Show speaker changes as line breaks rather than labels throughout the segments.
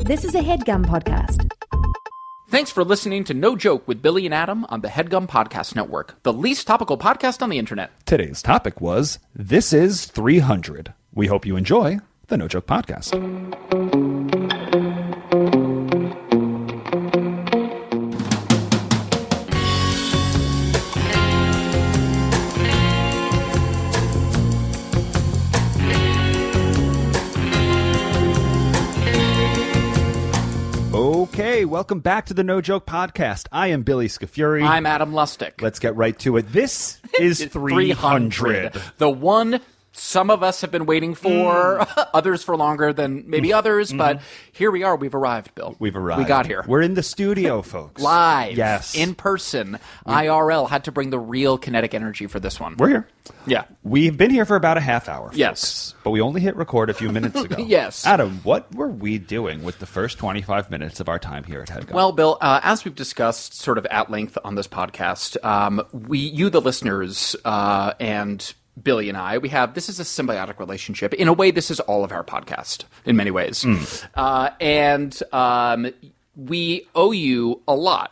This is a headgum podcast.
Thanks for listening to No Joke with Billy and Adam on the Headgum Podcast Network, the least topical podcast on the internet.
Today's topic was This is 300. We hope you enjoy the No Joke Podcast. Okay, welcome back to the No Joke Podcast. I am Billy Scafuri.
I'm Adam Lustig.
Let's get right to it. This is 300.
The one some of us have been waiting for, others for longer than maybe others, but here we are. We've arrived, Bill.
Mm-hmm. We've arrived.
We got here.
We're in the studio, folks.
live.
Yes.
In person. IRL had to bring the real kinetic energy for this one.
We're here.
yeah.
We've been here for about a half hour. folks.
Yes.
But we only hit record a few minutes ago.
Yes.
Adam, what were we doing with the first 25 minutes of our time here at HeadGum?
Well, Bill, uh, as we've discussed sort of at length on this podcast, um, we, you, the listeners, uh, and Billy and I, we have this is a symbiotic relationship. In a way, this is all of our podcast in many ways,
Mm.
uh, and um, we owe you a lot.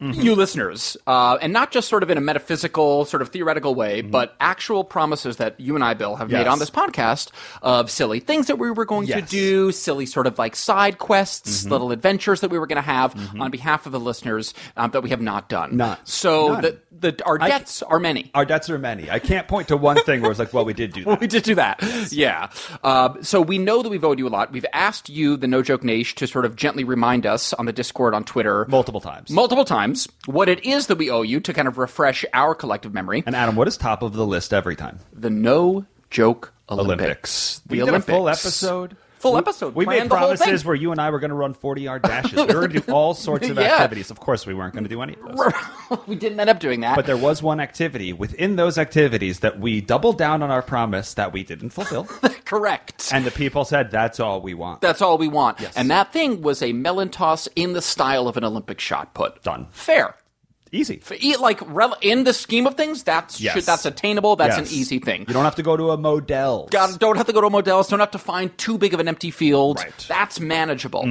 Mm-hmm.
You listeners, uh, and not just sort of in a metaphysical, sort of theoretical way, but actual promises that you and I, Bill, have made
Mm-hmm. Yes.
on this podcast of silly things that we were going
Yes.
to do, do, silly sort of like side quests,
Mm-hmm.
little adventures that we were going to have on behalf of the listeners um, that we have not done.
Not-
so
none.
the, the our
I-
debts are many.
our debts are many. I can't point to one thing where it's like, well, we did do that.
we did do that. Yeah. Um, so we know that we've owed you a lot. We've asked you, the No Joke Nash, to sort of gently remind us on the Discord, on Twitter,
Multiple times.
multiple times, what it is that we owe you to kind of refresh our collective memory.
and Adam, what is top of the list every time?
the No Joke Olympics.
Olympics.
The
we did a full
Olympics.
episode.
Full
We-
episode.
We
Planned
made
the whole
promises
thing.
where you and I were going to run 40 yard dashes. We were going to do all sorts of
Yeah.
activities. Of course, we weren't going to do any of those.
we didn't end up doing that.
But there was one activity within those activities that we doubled down on our promise that we didn't fulfill.
Correct.
and the people said, that's all we want.
That's all we want. And that thing was a melon toss in the style of an Olympic shot put.
Done.
Fair.
Easy.
F- e- Like rel- in the scheme of things, that's
Yes.
should, that's attainable. That's
Yes.
an easy thing.
You don't have to go to a Modell's.
Got- don't have to go to Models. Don't have to find too big of an empty field.
Right. Mm-hmm.
That's manageable.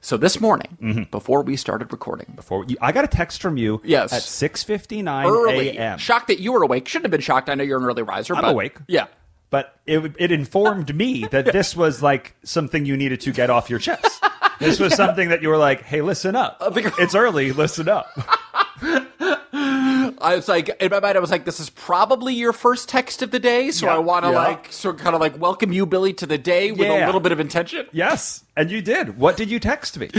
So this morning, before we started recording,
Before you, I got a text from you
Yes.
at 6.59
early,
a.m.
shocked that you were awake. Shouldn't have been shocked. I know you're an early riser.
I'm
but
awake.
Yeah.
But it, it informed me that this was like something you needed to get off your chest. This was something that you were like, hey, listen up.
Uh,
It's early, listen up.
I was like, in my mind, I was like, this is probably your first text of the day, so
Yeah.
I want to
Yeah.
like, sort of kind of like welcome you, Billy, to the day with a
Yeah.
little bit of intention.
Yes. And you did. What did you text me?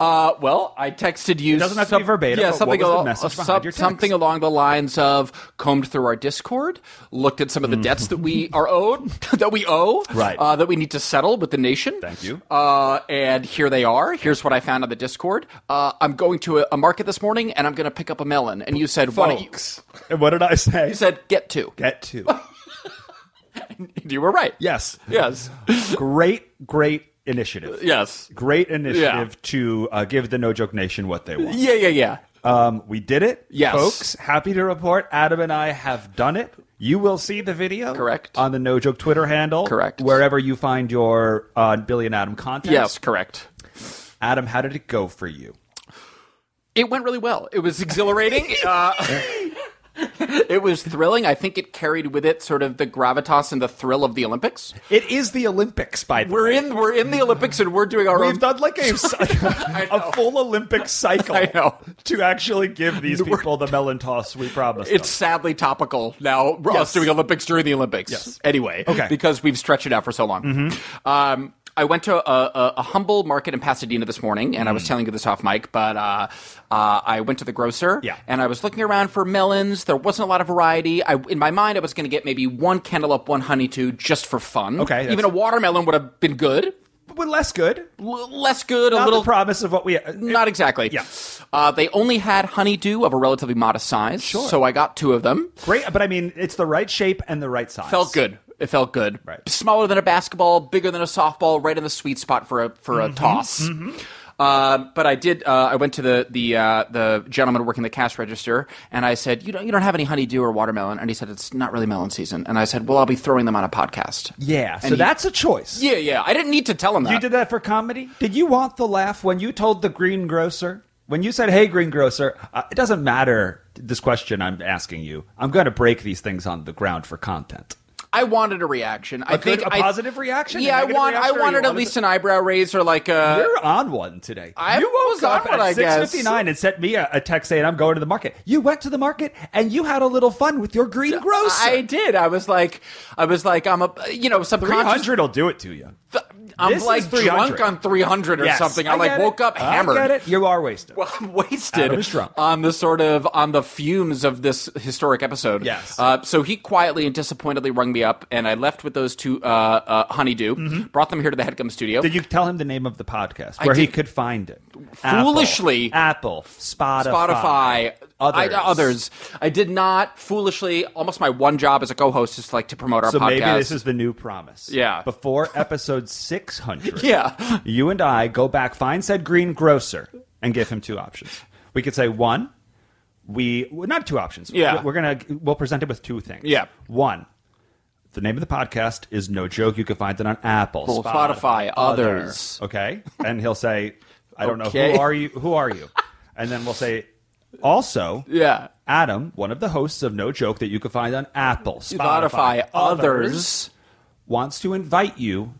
Uh, well, I texted you. It
doesn't have to be verbatim,
Yeah,
but
something,
what was the
al-
message
some-
behind your text?
something along the lines of combed through our Discord, looked at some of the debts that we are owed, that we owe,
Mm-hmm. Right.
uh, that we need to settle with the nation.
Thank you.
Uh, and here they are. Here's what I found on the Discord. Uh, I'm going to a, a market this morning, and I'm going to pick up a melon. And you said, "What?" You,
Folks. And what did I say?
you said, "Get to."
get to.
You were right.
Yes.
Yes.
Great, great initiative.
yes.
Great initiative
Yeah.
to uh, give the No Joke Nation what they want.
Yeah. Yeah. Yeah.
Um, we did it.
Yes.
Folks, happy to report Adam and I have done it. You will see the video.
Correct.
On the No Joke Twitter handle.
Correct.
Wherever you find your uh, Billy and Adam content.
Yes. Correct.
Adam, how did it go for you?
It went really well. It was exhilarating. uh, it was thrilling. I think it carried with it sort of the gravitas and the thrill of the Olympics.
It is the Olympics, by the
We're
way.
in we're in the Olympics and we're doing our
We've
own.
done like a,
know.
a full Olympic cycle
I know.
to actually give these people the melon toss we promised.
it's
them.
sadly topical now. We're Us
Yes.
doing Olympics during the Olympics.
Yes.
Anyway,
Okay. Mm-hmm.
because we've stretched it out for so long. Um, I went to a, a, a humble market in Pasadena this morning, and I
Mm.
was telling you this off mic, but uh, uh, I went to the grocer,
Yeah.
and I was looking around for melons. There wasn't a lot of variety. I, in my mind, I was going to get maybe one cantaloupe, one honeydew, just for fun.
Okay, that's-
even a watermelon would have been good.
But less good.
L- less good, a
Not
little
the promise of what we. uh,
not exactly.
Yeah.
Uh, they only had honeydew of a relatively modest size,
Sure.
so I got two of them.
Great, but I mean, it's the right shape and the right size.
Felt good. It felt good.
Right. Mm-hmm.
Smaller than a basketball, bigger than a softball, right in the sweet spot for a for a toss. Uh, but I did. Uh, I went to the the uh, the gentleman working the cash register, and I said, "You don't you don't have any honeydew or watermelon?" And he said, "It's not really melon season." And I said, "Well, I'll be throwing them on a podcast."
Yeah. So
he-
that's a choice.
Yeah, yeah. I didn't need to tell him that.
You did that for comedy? Did you want the laugh when you told the greengrocer? When you said, hey, greengrocer, uh, it doesn't matter this question I'm asking you. I'm going to break these things on the ground for content.
I wanted a reaction. I
A good-
think
a
I-
positive reaction? A
Yeah, I
negative
want. I
reaction, or you
wanted at
wanted
least
to-
an eyebrow raise or like a.
You're on one today.
Uh, I
you woke
was on
up
one, I
at
guess.
6.59 and sent me a, a text saying, I'm going to the market. You went to the market and you had a little fun with your greengrocer.
I did. I was like, I was like, I'm a, you know, subconscious.
300 will do it to you.
I'm
This is
like
300.
drunk on 300 or
Yes.
something. I, like
get it.
woke up hammered.
I get it. You are wasted.
Well, I'm
Adam
wasted
is drunk.
on the sort of on the fumes of this historic episode.
Yes.
Uh, so he quietly and disappointedly rung me up, and I left with those two uh, uh, honeydew. Brought them here to the headgum studio.
Mm-hmm. Did you tell him the name of the podcast where he
did.
could find it?
Foolishly.
Apple, Apple, Spotify,
Spotify,
others.
I, others. I did not foolishly. Almost my one job as a co-host is like to promote our
So
podcast.
maybe this is the new promise.
Yeah.
Before episode six hundred.
Yeah.
You and I go back, find said green grocer, and give him two options. We could say one. We well, not two options.
Yeah.
We're gonna we'll present it with two things.
Yeah.
One. The name of the podcast is No Joke. You can find it on Apple,
Apple, Spotify,
other.
others.
Okay, and he'll say, "I don't know
Okay.
who are you? Who are you?" And then we'll say, "Also,
Yeah.
Adam, one of the hosts of No Joke that you can find on Apple, Spotify,
Spotify, others.
wants to invite you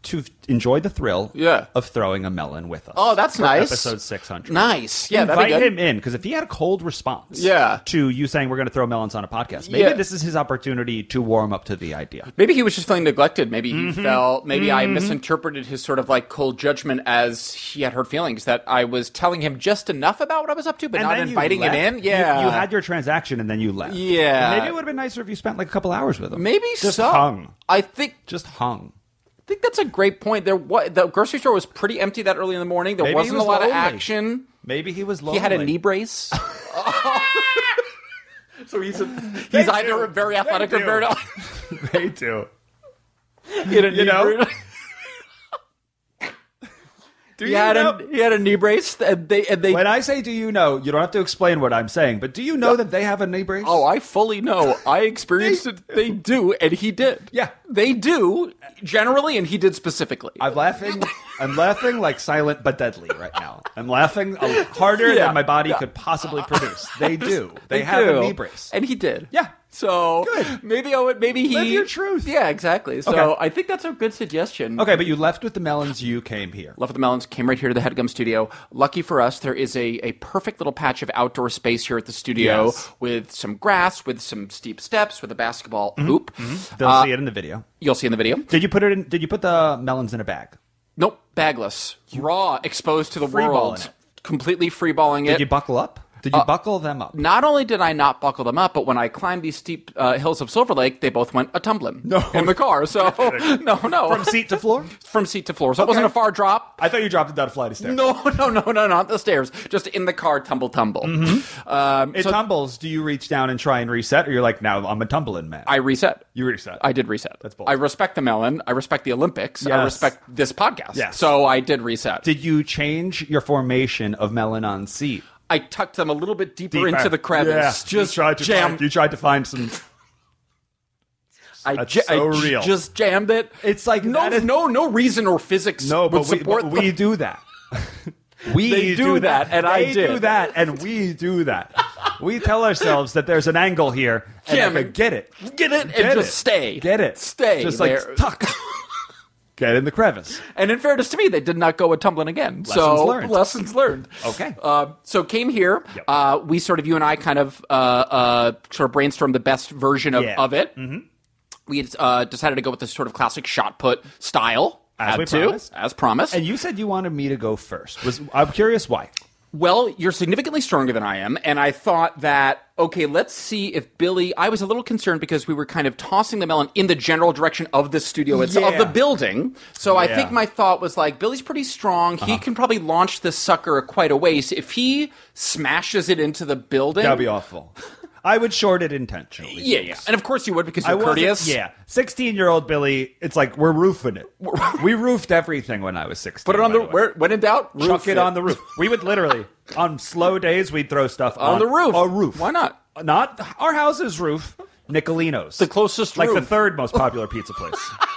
to f- enjoy the thrill
Yeah.
of throwing a melon with us.
Oh, that's
for
nice.
Episode 600.
Nice. Yeah, that'd be
Invite
good.
him in because if he had a cold response
Yeah.
to you saying we're going to throw melons on a podcast, maybe
Yeah.
this is his opportunity to warm up to the idea.
Maybe he was just feeling neglected. Maybe he
Mm-hmm.
felt. Maybe I misinterpreted his sort of like cold judgment as he had hurt feelings that I was telling him just enough about what I was up to, but not
then you
inviting him
left.
in.
You-
Yeah,
You, had your transaction and then you left.
Yeah.
Maybe it would have been nicer if you spent like a couple hours with him.
maybe
Just
so.
hung.
I think
Just hung.
I think that's a great point. There, what the grocery store was pretty empty that early in the morning. There
Maybe he
wasn't
was
a lot
lonely.
of action.
Maybe he was
He
lonely.
had a knee brace. so he's a,
They
he's either
do.
very
They
athletic or
do.
very.
they do.
he had a knee
know?
brace.
Do
He
you
had
know?
a he had a knee brace, and they and they
When I say do you know, you don't have to explain what I'm saying, but do you know that they have a knee brace?
Oh, I fully know. I experienced
They
it. They do, and he did.
Yeah.
They do, generally, and he did specifically.
I'm laughing. I'm laughing like silent but deadly right now. I'm laughing a- harder
Yeah.
than my body could possibly produce. They do. They, have
do.
a knee brace.
And he did.
Yeah.
So
Good.
maybe I would, maybe he.
Live your truth.
Yeah, exactly. So
Okay.
I think that's a good suggestion.
Okay, but you left with the melons. You came here.
Love of the Melons came right here to the Headgum studio. Lucky for us, there is a, a perfect little patch of outdoor space here at the studio
Yes.
with some grass, with some steep steps, with a basketball hoop.
Mm-hmm. They'll
Uh,
see it in the video.
You'll see in the video.
Did you put it in? Did you put the melons in a bag?
Nope, bagless, raw, exposed to the
Free balling
world, completely free balling it.
Did you buckle up? Did you buckle them up?
not only did I not buckle them up, but when I climbed these steep uh, hills of Silver Lake, they both went a tumbling
No.
in the car. So no, no,
From seat to floor?
From seat to floor. So it wasn't a far drop.
I thought you dropped it down a flight of stairs.
No, no, no, no, not the stairs. Just in the car, tumble, tumble. Um,
Mm-hmm. It
so
tumbles. Do you reach down and try and reset, or you're like, now I'm a tumbling man?
I reset.
you reset.
I did reset.
That's bold.
I respect the melon. I respect the Olympics. I
Yes.
respect this podcast.
Yes.
So I did reset.
Did you change your formation of melon on seat?
I tucked them a little bit deeper, into the crevice. just jam.
you tried to find some.
I,
That's
ju-
so
I ju-
real.
just jammed it.
It's like
no,
that is-
no, no reason or physics
No,
would
but, we,
support
but we
the-
do that. we
They do that, and I
They
did.
do that, and we do that. we tell ourselves that there's an angle here, and
Jam
I
it.
could get it,
Get it and
Get
just
it.
stay.
get it,
Stay.
just
there.
like tuck, get in the crevice.
And in fairness to me, they did not go a tumbling again. so
learned.
lessons learned.
Okay.
Uh, so came here.
Yep.
Uh, we sort of you and I kind of uh, uh, sort of brainstormed the best version of,
Yeah.
of it. Mm-hmm. We had, uh, decided to go with this sort of classic shot put style.
As
Had
we
to,
promised.
as promised.
And you said you wanted me to go first. Was I'm curious why?
Well, you're significantly stronger than I am, and I thought that okay, let's see if Billy. I was a little concerned because we were kind of tossing the melon in the general direction of the studio itself,
Yeah.
of the building. So I
Yeah. Uh-huh.
think my thought was like, Billy's pretty strong. He can probably launch this sucker quite a ways. If he smashes it into the building,
That'd be awful. I would short it intentionally.
Yeah, yeah. And of course you would because
I
you're
wasn't-
courteous.
Yeah, sixteen-year-old Billy. It's like we're roofing it. we roofed everything when I was sixteen.
Put it on
by
the
way.
where when in doubt, roof
chuck it, on the roof. We would literally on slow days we'd throw stuff
On the roof.
A roof.
Why not?
Not our house's roof. Nicolino's.
The closest
like the
roof.
third most popular pizza place.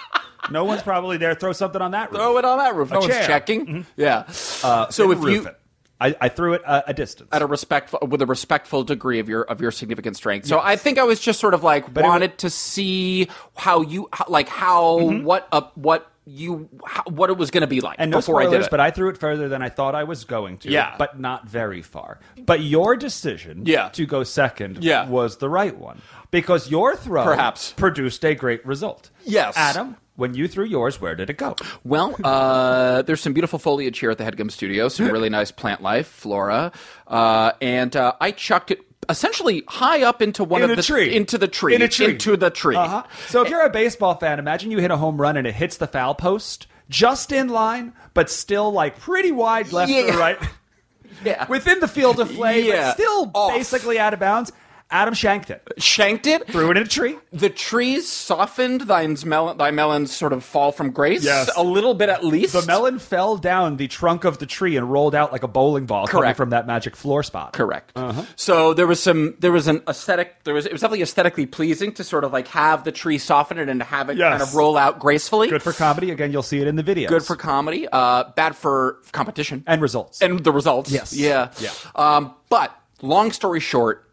no one's probably there. Throw something on that roof.
Throw it on that roof.
A
No one's
chair.
checking. Yeah. so if
Didn't roof
you
it. I, I threw it a, a distance.
at a respectful with a respectful degree of your of your significant strength. So I think I was just sort of like
it
wanted to see how you how, like how what up what you how, what it was going to be like
Mm-hmm. and no
before
spoilers,
I did it.
but I threw it further than I thought I was going to.
Yeah.
but not very far. But your decision,
Yeah.
to go second,
Yeah.
was the right one because your throw
Perhaps.
produced a great result.
Yes.
Adam, when you threw yours, where did it go?
Well, uh, there's some beautiful foliage here at the Headgum Studio, some really nice plant life, flora, uh, and uh, I chucked it essentially high up into one
in
of
a
the
tree.
into the tree,
In a tree.
into the tree.
Uh-huh. So if you're a baseball fan, imagine you hit a home run and it hits the foul post just in line, but still like pretty wide left
Yeah.
or right.
Yeah.
Within the field of play,
Yeah.
but still
Off.
basically out of bounds. Adam shanked it.
Shanked it.
Threw it in a tree.
The trees softened thine melon, thy melons sort of fall from grace
Yes.
a little bit at least.
The melon fell down the trunk of the tree and rolled out like a bowling ball coming
Correct.
from that magic floor spot.
Correct.
Uh-huh.
So there was some, there was an aesthetic, there was, it was definitely aesthetically pleasing to sort of like have the tree soften it and to have it
Yes.
kind of roll out gracefully.
Good for comedy. Again, you'll see it in the video.
Good for comedy, uh, bad for competition.
and results.
and the results.
Yes.
Yeah.
Yeah.
Um, but long story short,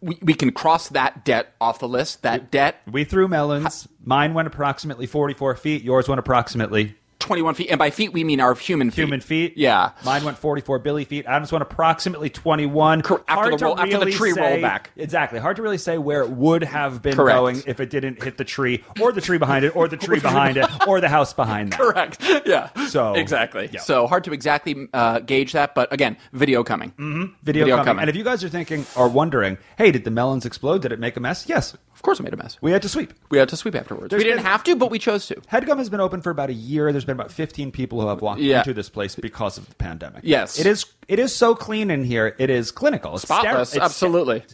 we, we can cross that debt off the list. That debt,
we threw melons. Mine went approximately 44 feet. Yours went approximately
21 feet. And by feet, we mean our human feet.
human feet.
Yeah.
Mine went 44 Billy feet. Adams went approximately 21.
Cor- after
Hard
the
to
roll- after the
really
tree
say-
roll back.
Exactly. Hard to really say where it would have been
Correct.
going if it didn't hit the tree or the tree behind it or the tree behind it or the house behind that.
Correct. Yeah.
So-
exactly.
Yeah.
So hard to exactly uh, gauge that, but again, video coming.
Video,
Video
coming.
coming.
And if you guys are thinking or wondering, hey, did the melons explode? Did it make a mess? Yes.
Of course, I made a mess. We,
We had to sweep.
had to sweep afterwards.
There's
we didn't
been-
have to, but we chose to.
Headgum has been open for about a year. There's been about 15 people who have walked
Yeah.
into this place because of the pandemic.
Yes.
It is it is so clean in here. It is clinical. It's ster-
Spotless.
it's-
absolutely.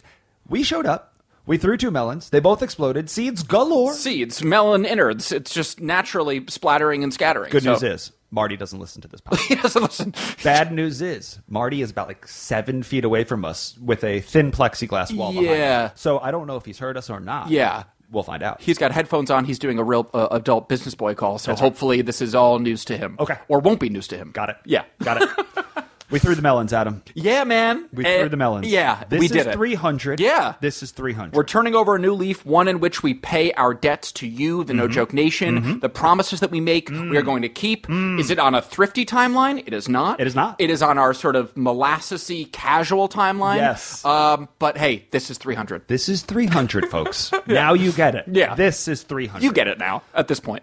We showed up. We threw two melons. They both exploded. Seeds galore.
Seeds, melon innards. It's just naturally splattering and scattering.
Good
So-
news is Marty doesn't listen to this podcast.
Yeah, so listen.
Bad news is Marty is about like seven feet away from us with a thin plexiglass wall.
Yeah.
Behind him. So I don't know if he's heard us or not.
Yeah.
We'll find out.
He's got headphones on. He's doing a real uh, adult business boy call. So hopefully this is all news to him.
Okay.
Or won't be news to him.
Got it.
Yeah.
Got it. we threw the melons at him.
Yeah, man.
We
Eh,
threw the melons.
Yeah.
This
we
is
did it.
300.
Yeah.
This is 300.
We're turning over a new leaf, one in which we pay our debts to you, the
Mm-hmm.
No Joke Nation, the promises that we make, we are
Mm.
going to keep. Is it on a thrifty timeline? It is not.
It is not.
It is on our sort of molassesy casual timeline.
Yes.
Um, but hey, this is 300.
this is 300, folks. Now you get it.
Yeah.
This is 300.
You get it now at this point.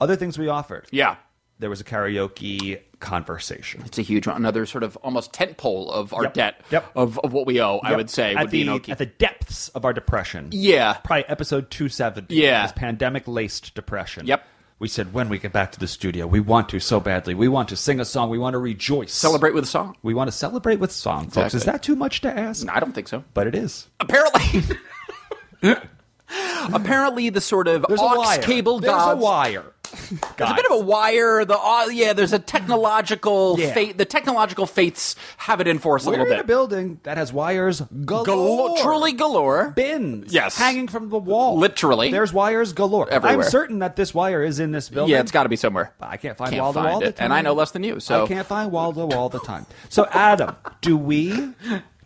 Other things we offered.
Yeah.
There was a karaoke conversation.
It's a huge one. Another sort of almost tent pole of our
Yep.
debt
Yep.
Of, of what we owe, I
Yep.
would say,
at
would be
the,
an Okie.
at the depths of our depression.
Yeah.
probably episode 270.
Yeah.
This pandemic laced depression.
Yep.
We said, when we get back to the studio, we want to so badly. We want to sing a song. We want to rejoice.
Celebrate with a song.
We want to celebrate with song, folks. Is
Exactly.
that too much to ask?
I don't think so.
But it is.
Apparently. Apparently, the sort of
There's
aux
a wire.
cable
There's
gods.
a wire.
There's a bit of a wire. The oh, yeah, there's a technological
Yeah.
fate. The technological fates have it in for us a
We're
little
in
bit.
a building that has wires galore.
Galo- truly galore.
Bins
Yes.
hanging from the wall.
Literally.
There's wires galore. I'm
Everywhere.
certain that this wire is in this building.
yeah, it's got to be somewhere.
I can't find
Can't
Waldo
find
all the
it.
time,
And I know less than you, so-
I can't find Waldo all the time. So Adam, do we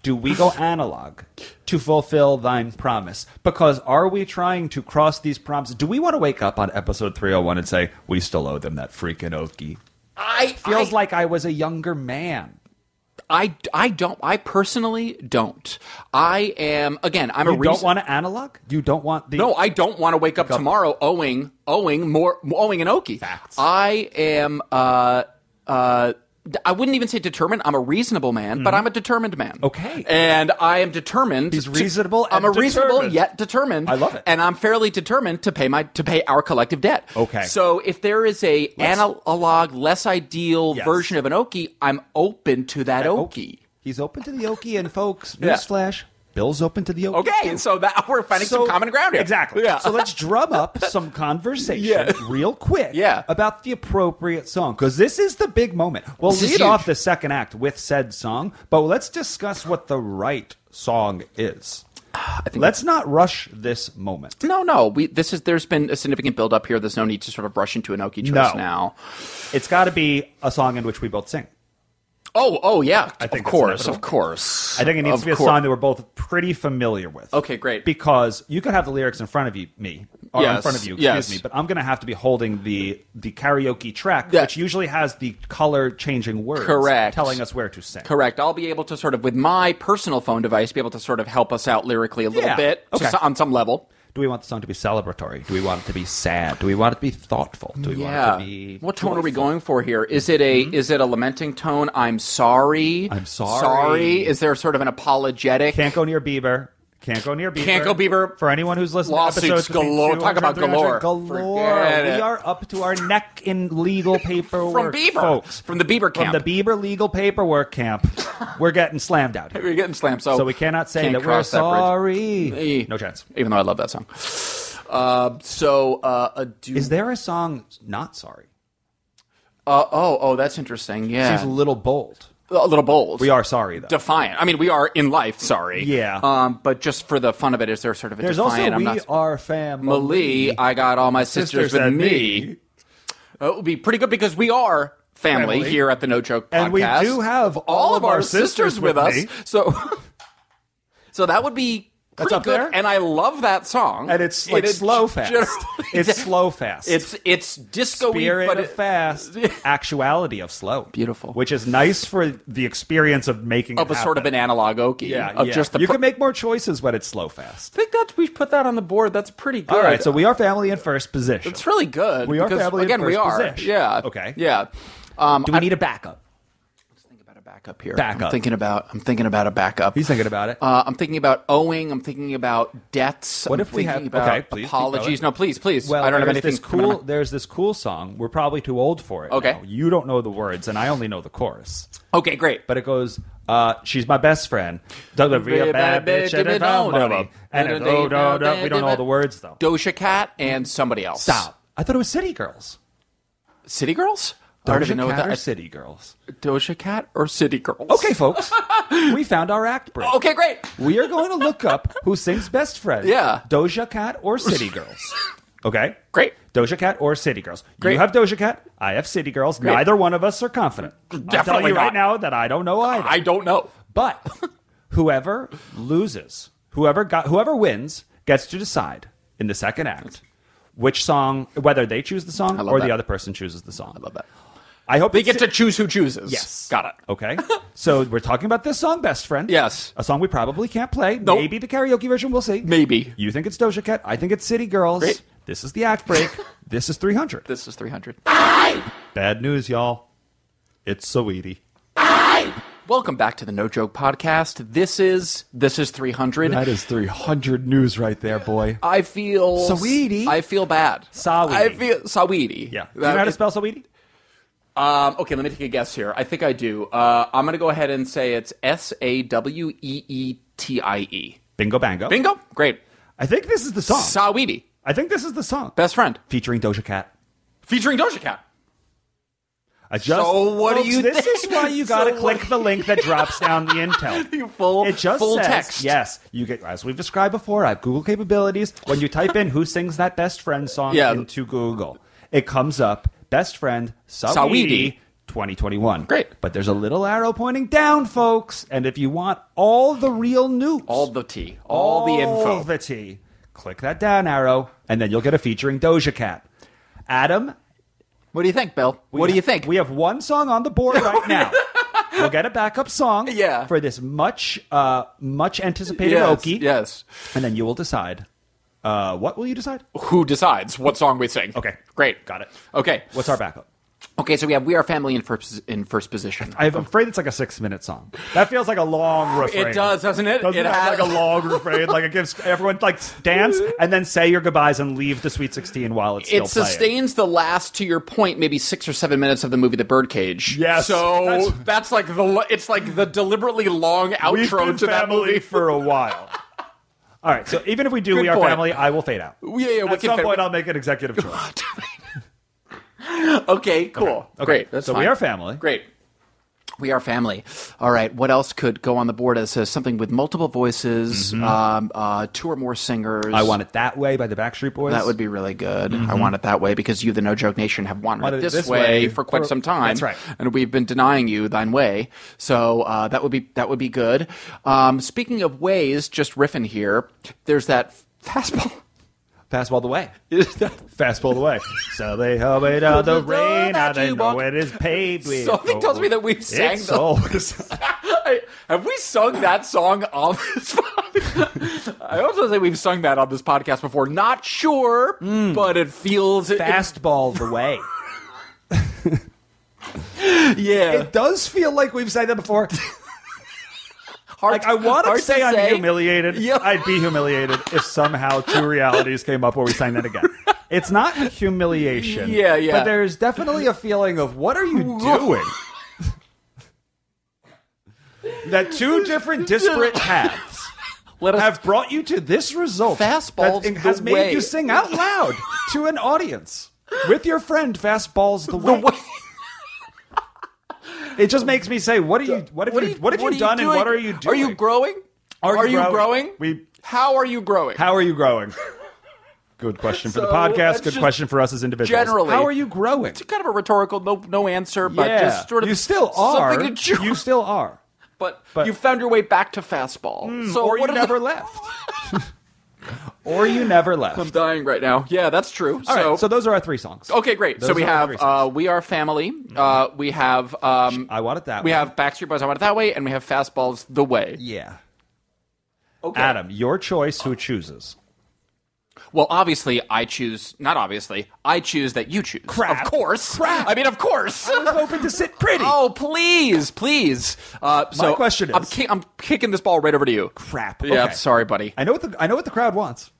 do we go analog to fulfill thine promise? Because are we trying to cross these promises? Do we want to wake up on episode three hundred one and say we still owe them that freaking okie?
I
Feels
I-
like I was a younger man.
I I don't. I personally don't. I am again. I'm a
You don't
reason-
want to analog. You don't want the
No, I don't want to wake up tomorrow owing owing more owing an Okie.
Facts.
I am uh uh d- I wouldn't even say determined. I'm a reasonable man, but I'm a determined man.
Mm-hmm. Okay.
And I am determined.
He's
to-
reasonable
I'm a
and
reasonable
determined.
yet determined.
I love it.
And I'm fairly determined to pay my to pay our collective debt.
Okay.
So if there is a analog, less ideal
Yes.
version of an Okie, I'm open to that
Oh,
Okie.
He's open to the okie, and folks,
Yeah.
newsflash: Bill's open to the open.
Okay, and so that we're finding some common ground here.
Exactly.
Yeah.
So let's drum up some conversation
Yeah.
real quick
Yeah.
about the appropriate song because this is the big moment. We'll
This is
lead off
huge.
the second act with said song, but let's discuss what the right song is.
Ah,
let's not rush this moment.
no, no. We this is there's been a significant buildup here. There's no need to sort of rush into an Okie choice
No.
now.
It's got to be a song in which we both sing.
Oh, oh yeah.
think
of
that's
course,
inevitable.
of course.
I think it needs
Of
to be a
cour-
song that we're both pretty familiar with.
Okay, great.
Because you could have the lyrics in front of you, me, or in
Yes,
front of you, excuse
yes.
me, but I'm going to have to be holding the the karaoke track,
Yeah.
which usually has the color changing words,
Correct.
telling us where to sing.
Correct. I'll be able to sort of, with my personal phone device, be able to sort of help us out lyrically a little
Yeah.
bit to
Okay.
so- on some level.
Do we want the song to be celebratory? Do we want it to be sad? Do we want it to be thoughtful? Do we want it to be
What tone are we going for here? Is it a
Mm-hmm.
is it a lamenting tone? I'm sorry.
I'm sorry.
Sorry. Is there sort of an apologetic?
Can't go near Bieber. Can't go near Bieber.
Can't go Bieber.
For anyone who's listening,
Lawsuits
to episodes between
galore. Talk
200,
about galore.
300, Galore.
Forget
We
it.
are up to our neck in legal
from
paperwork,
Bieber.
folks.
From the Bieber camp.
From the Bieber legal paperwork camp, we're getting slammed out here.
We're getting slammed. So
So we cannot say
can't
that we're
cross that bridge.
sorry.
Eh.
No chance.
Even though I love that song. Uh, so uh, a dude.
Is there a song not sorry?
Uh, oh, oh, that's interesting. Yeah,
Seems a little bold.
a little bold.
We are sorry though.
defiant. I mean, we are in life. Sorry.
Yeah.
Um, but just for the fun of it, is there sort of a
There's also
defiant?
we
I'm not.
are family.
Malie, I got all my sisters, with
and
me. Uh, it would be pretty good because we are family,
Family.
here at the No Joke Podcast,
And we do have all of our sisters with me.
us. So, so that would be
That's
pretty
up
good.
there.
And I love that song.
And it's like
It is
slow fast.
generally-
It's slow fast.
It's it's disco,
spirit
but
of
it-
fast, actuality of slow.
Beautiful.
Which is nice for the experience of making
of
it
a sort of
happen.
an analog okie.
yeah,
of
yeah.
just the.
you
pro-
can make more choices when it's slow fast.
I think that we should put that on the board. That's pretty good.
All right, so we are family in first position.
It's really good.
We are
because,
family in
again. we
first
are.
position.
Yeah.
Okay.
Yeah. Um,
Do we need a backup?
think about a backup here.
Backup.
I'm thinking about. I'm thinking about a backup.
He's thinking about it.
Uh, I'm thinking about owing. I'm thinking about debts. I'm
What if we
thinking
have-
about
okay, please, keep
apologies? No,
going.
please, please.
well,
I don't have
there's
anything.
this
coming to
cool.
mind.
There's this cool song. We're probably too old for it.
Okay.
now. you don't know the words, and I only know the chorus.
Okay, great.
But it goes, uh, she's my best friend. Doesn't be a bad bitch and it's all money. And it's, oh, no, no. We don't know all the words, though.
Doja Cat and somebody else.
Stop. I thought it was City Girls.
City Girls. I don't
Doja
even know what
Cat
that.
or City Girls.
Doja Cat or City Girls.
Okay, folks. we found our act break.
Okay, great.
We are going to look up who sings Best Friend.
Yeah.
Doja Cat or City Girls. Okay?
Great.
Doja Cat or City Girls.
Great.
You have Doja Cat. I have City Girls. Neither one of us are confident. I'll tell
Definitely
you
not.
right now that I don't know either.
I don't know.
But whoever loses, whoever got, whoever wins, gets to decide in the second act which song, whether they choose the song
love
or
that.
the other person chooses the song. I
love that.
I hope
They get to choose who chooses.
Yes.
got it.
Okay. so we're talking about this song, Best Friend.
Yes.
A song we probably can't play.
Nope.
Maybe the karaoke version, we'll see.
Maybe.
You think it's Doja Cat. I think it's City Girls.
Great.
This is the act break. this is 300.
This is 300.
Bad news, y'all. It's Saweetie.
Welcome back to the No Joke Podcast. This is this is 300.
That is 300 news right there, boy.
I feel
Saweetie?
I feel bad.
Saweetie.
I feel Saweetie.
Yeah. you
That-
know how to spell Saweetie?
um, okay, let me take a guess here. I think I do. Uh, I'm gonna go ahead and say it's S A W E E T I E.
Bingo Bango.
Bingo. Great.
I think this is the song.
Saweetie.
I think this is the song.
Best friend.
Featuring Doja Cat.
Featuring Doja Cat.
I just,
So what do
Folks,
you
This
think?
is why you
So
gotta
what-
click the link that drops down the intel.
You full-
it just
full
says,
text.
Yes, you get as we've described before. I have Google capabilities. When you type in who sings that best friend song
Yeah.
into Google, it comes up best friend
Saweetie.
Saweetie. 2021.
Great.
But there's a little arrow pointing down, folks. And if you want all the real news,
All the tea. All, the info.
the tea. Click that down arrow, and then you'll get a featuring Doja Cat. Adam
what do you think, Bill? what do you think?
we have one song on the board right now. we'll get a backup song
Yeah.
for this much uh, much anticipated
yes,
Okie.
yes.
And then you will decide. Uh, what will you decide?
Who decides what song we sing?
Okay.
Great.
Got it.
Okay.
What's our backup?
Okay, so we have We Are Family in first, in first position.
I'm afraid it's like a six minute song. That feels like a long refrain.
does, doesn't it?
Doesn't
It
it
has-
have like a long refrain? Like it gives everyone like dance and then say your goodbyes and leave the Sweet Sixteen while it's still
it
playing.
sustains the last, to your point, maybe six or seven minutes of the movie The Birdcage.
Yes.
So that's,
That's-
like the lo- it's like the deliberately long
We've
outro
been
to that
family
movie.
for a while. All right, so even if we do,
Good
we are
point.
family. I will fade out.
yeah, yeah, we
At
can
some
fade-
point, I'll make an executive choice.
Okay, cool. Great. That's
so
fine.
we are family.
Great. We are family. All right. What else could go on the board as uh, something with multiple voices, um, uh, two or more singers?
Mm-hmm. I want it that way by the Backstreet Boys.
That would be really good. I want it that way because you, the No Joke Nation, have wanted
Mm-hmm. Wanted
it this, way, for quite some time.
That's right.
And we've been denying you thine way. So uh, that would be that would be good. Um, speaking of ways, just riffing here. There's that fastball.
fastball the way.
Is that
Fastball the way. so they held it out
The
the
door
rain. Now
that
they
you
know
walk-
it is paved with.
Something tells me that we've sang
it's
the-
always-
I, have we sung that song on this podcast? I also say we've sung that on this podcast before. Not sure,
Hmm.
but it feels it-
fastball the way.
yeah,
It does feel like we've said that before.
hard,
Like I want to
hard
say I'm humiliated.
Yeah.
I'd be humiliated if somehow two realities came up where we sang that again. It's not humiliation.
Yeah, yeah.
But there's definitely a feeling of what are you doing? that two different disparate paths
Let us
have brought you to this result.
Fastball's
that has
the
made
way.
you sing out loud to an audience with your friend. Fastballs the way. It just makes me say, what are you? What have
What,
you?
are you,
what have
what
you done? And what are you doing?
Are you growing?
Are you
growing?
growing? We-
How are you growing?
How are you growing? Good question for the
So, that's
podcast. Good
just
question for us as individuals.
generally-
how are you growing?
it's kind of a rhetorical, no, no answer, but
yeah,
just sort of
you still are.
something to chew.
You still are.
but,
but- Hmm,
you found your way back to fastball. so what
or you
are the-
never left. or you never left.
I'm dying right now. Yeah, that's true.
All right,
so,
so those are our three songs.
okay, great. so
those
we
are
have
the
uh,
reasons.
we are family. Uh, we have um,
I want it that
we
way.
have Backstreet Boys. I want it that way, and we have fastballs the way.
yeah.
Okay,
Adam, your choice. Who chooses?
Well, obviously, I choose. Not obviously, I choose that you choose.
Crap.
Of course.
Crap.
I mean, of course.
Open to sit pretty.
Oh, please, please. Uh, so
My question
I'm,
is-
ki- I'm kicking this ball right over to you.
crap.
Yeah,
Okay.
sorry, buddy.
I know what the I know what the crowd wants.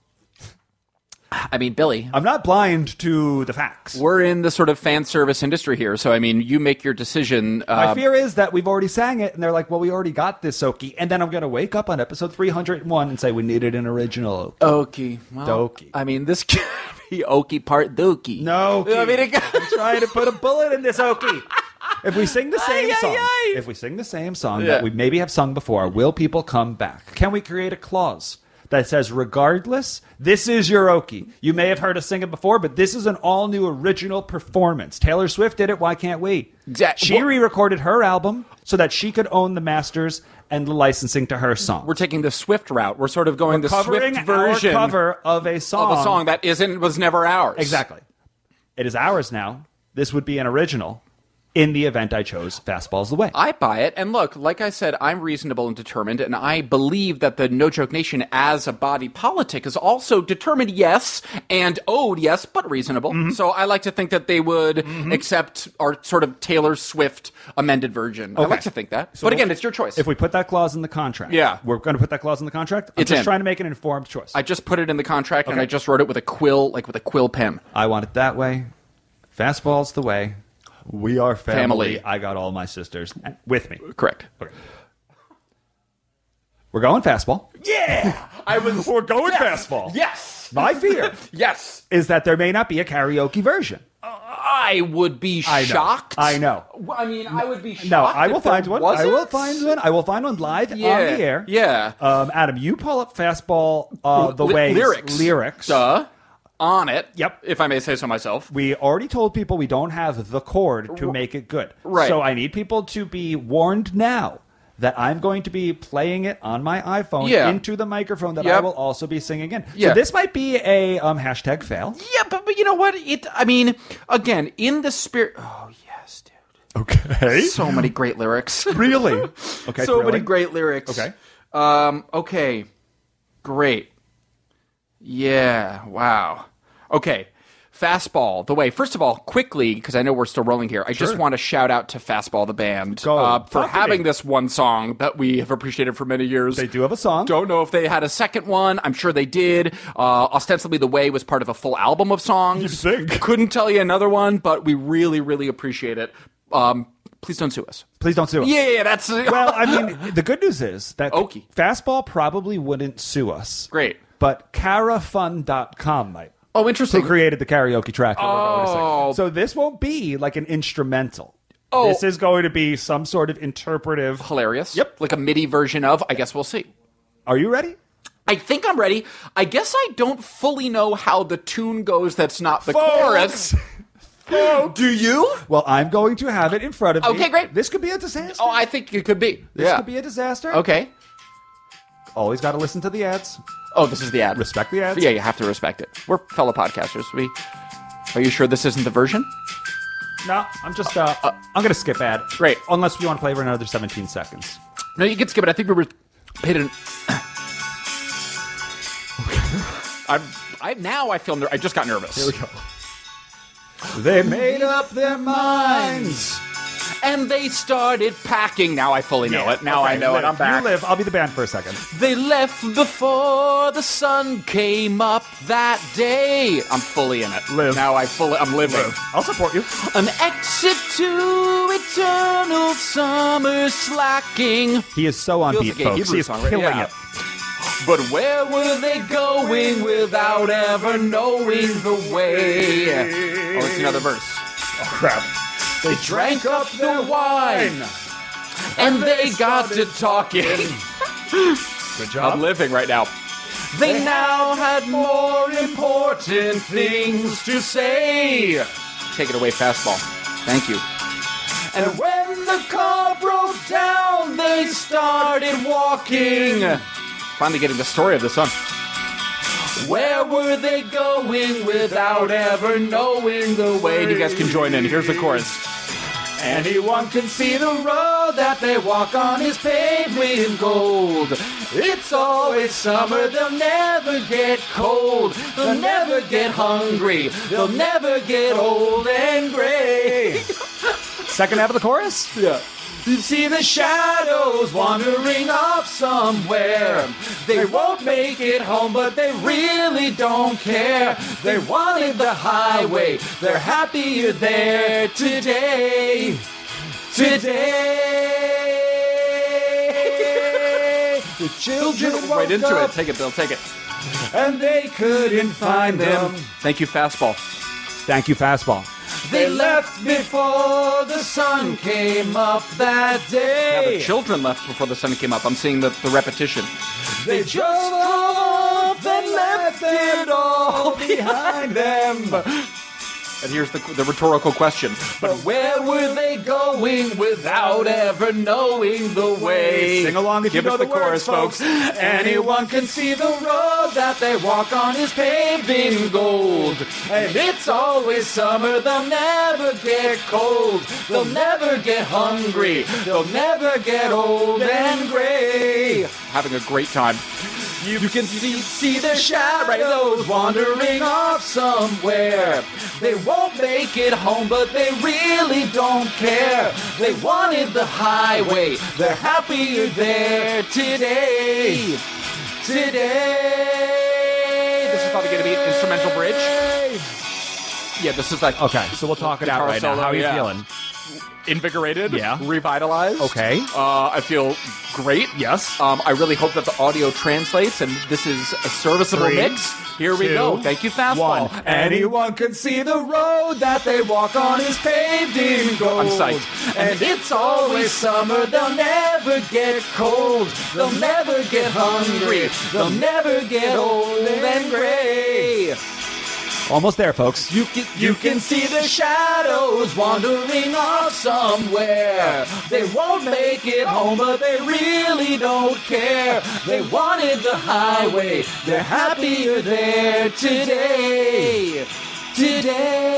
I mean, Billy,
I'm not blind to the facts.
we're in the sort of fan service industry here, so I mean, you make your decision.
My
Uh,
fear is that we've already sang it, and they're like, "Well, we already got this Okie," and then I'm gonna wake up on episode 301 and say we needed an original. Okie.
Okie. Well,
Dokey.
I mean, this could be Okie part Dokie.
No,
I
Okie.
mean, it got-
I'm trying to put a bullet in this Okie. If we sing the same
Ay, ay,
song,
ay.
if we sing the same song
Yeah.
that we maybe have sung before, will people come back? Can we create a clause that says, "Regardless, this is your Okie. You may have heard us sing it before, but this is an all new original performance. Taylor Swift did it. Why can't we?"
Exact-
She re-recorded her album so that she could own the masters and the licensing to her song.
we're taking the Swift route. We're sort of going the
covering
Swift version
our cover of a song.
of a song that isn't was never ours.
exactly. It is ours now. This would be an original. In the event I chose Fastballs the Way.
I buy it. And look, like I said, I'm reasonable and determined, and I believe that the No Joke Nation as a body politic is also determined, yes, and owed, yes, but reasonable. So I like to think that they would accept our sort of Taylor Swift amended version. I like to think that. but again, it's your choice.
if we put that clause in the contract,
Yeah.
we're going to put that clause in the contract. I'm
It's
just
in.
trying to make an informed choice.
I
I,
just put it in the contract, and I just wrote it with a quill, like with a quill pen.
want it that way. Fastballs the way. We are family.
Family.
I got all my sisters with me.
Correct.
We're going fastball.
Yeah, I was.
We're going fastball.
Yes,
My fear
yes.
is that there may not be a karaoke version.
I would be
know.
shocked.
I know.
Well, I mean, I would be shocked.
No, I will
if there
find one. I
wasn't.
will find one. I will find one live
Yeah.
on the air.
Yeah.
Um, Adam, you pull up fastball uh, the
Li-
way
lyrics.
Lyrics.
Duh. On it.
Yep.
If I may say so myself.
We already told people we don't have the chord to make it good.
Right.
So I need people to be warned now that I'm going to be playing it on my iPhone
Yeah.
into the microphone that I
Yep.
will also be singing in.
Yeah.
So this might be a um, hashtag fail.
Yeah, but, but you know what? It. I mean, again, in the spirit. Oh yes, dude.
Okay.
So many great lyrics.
Really? Okay.
so
thrilling.
many great lyrics.
Okay.
Um. Okay. Great. Yeah. Wow. Okay. Fastball, the way. First of all, quickly, because I know we're still rolling here, I just want to shout out to Fastball, the band, uh,
Go.
for
Talk to
having
me.
this one song that we have appreciated for many years.
They do have a song.
Don't know if they had a second one. I'm sure they did. Uh, ostensibly, The Way was part of a full album of songs.
You think?
Couldn't tell you another one, but we really, really appreciate it. Um, please don't sue us.
Please don't sue us.
Yeah, yeah, that's oh,
well, I mean, the good news is that
Okie.
Fastball probably wouldn't sue us.
Great.
But carafun.com might.
Oh,
Who
interesting.
created the karaoke track? that we're going to sing.
Oh.
So this won't be like an instrumental.
Oh.
This is going to be some sort of interpretive.
Hilarious.
Yep.
Like a MIDI version of. I guess we'll see.
Are you ready?
I think I'm ready. I guess I don't fully know how the tune goes. That's not the
Folks.
chorus. Do you?
Well, I'm going to have it in front of me.
Okay, great.
This could be a disaster.
Oh, I think it could be.
this
yeah.
could be a disaster.
okay.
Always got to listen to the ads.
Oh, this is the ad.
Respect the ads.
Yeah, you have to respect it. We're fellow podcasters. We. Are you sure this isn't the version?
No, I'm just. Uh, I'm going to skip ad.
Great.
Unless we want to play for another 17 seconds.
No, you can skip it. I think we were hidden. I'm. I now I feel. Ner- I just got nervous.
They made up their minds.
And they started packing. Now I fully know it. Now I
Okay,
know it.
live.
I'm back.
You live. I'll be the band for a second.
They left before the sun came up that day. I'm fully in it.
Live.
Now I fully I'm living.
I'll support you.
An exit to eternal summer slacking.
He is so on
Feels like a
beat, folks.
Hebrew
He is
song, right?
killing
Yeah.
it.
But where were they going without ever knowing the way? Oh, it's another verse.
Crap. They
drank up the wine. And they got to talking.
Good
I'm
job.
living right now. They now had more important things to say. Take it away, fastball. Thank you. And when the car broke down, they started walking. Finally getting the story of the song. Where were they going without ever knowing the way? And you guys can join in. Here's the chorus. Anyone can see the road that they walk on is paved with gold. It's always summer, they'll never get cold. They'll never get hungry, they'll never get old and gray.
Second half of the chorus.
Yeah. You see the shadows wandering off somewhere. They won't make it home, but they really don't care. They wanted the highway. They're happier there today. Today. The children right into it. Take it, Bill. Take it. And they couldn't find them. Thank you, fastball.
Thank you, fastball.
They left before the sun came up that day. the children left before the sun came up. I'm seeing the, the repetition. They just drove off and left it all behind them. And here's the, the rhetorical question. But where were they going without ever knowing the way?
Sing along if
Give
you know
us the,
the
chorus, folks.
words, folks.
Anyone can see the road that they walk on is paved in gold. And it's always summer, they'll never get cold. They'll never get hungry. They'll never get old and gray. Having a great time. You, can see, see the shadows wandering off somewhere. They won't make it home, but they really don't care. They wanted the highway. They're happier there today. Today. This is probably going to be an instrumental bridge. Yeah, this is like
Okay, so we'll talk it out
Guitar
right now.
solo,
How are you
yeah.
feeling?
invigorated,
Yeah.
revitalized.
Okay.
Uh, I feel great.
Yes.
Um, I really hope that the audio translates, and this is a serviceable
Three,
mix. Here we
two,
go. Thank you, fastball.
one.
Anyone can see the road that they walk on is paved in gold. I'm psyched. And it's always summer. They'll never get cold. They'll never get hungry. They'll never get old and gray.
Almost there, folks.
You can, you can see the shadows wandering off somewhere. They won't make it home, but they really don't care. They wanted the highway. They're happier there today. Today.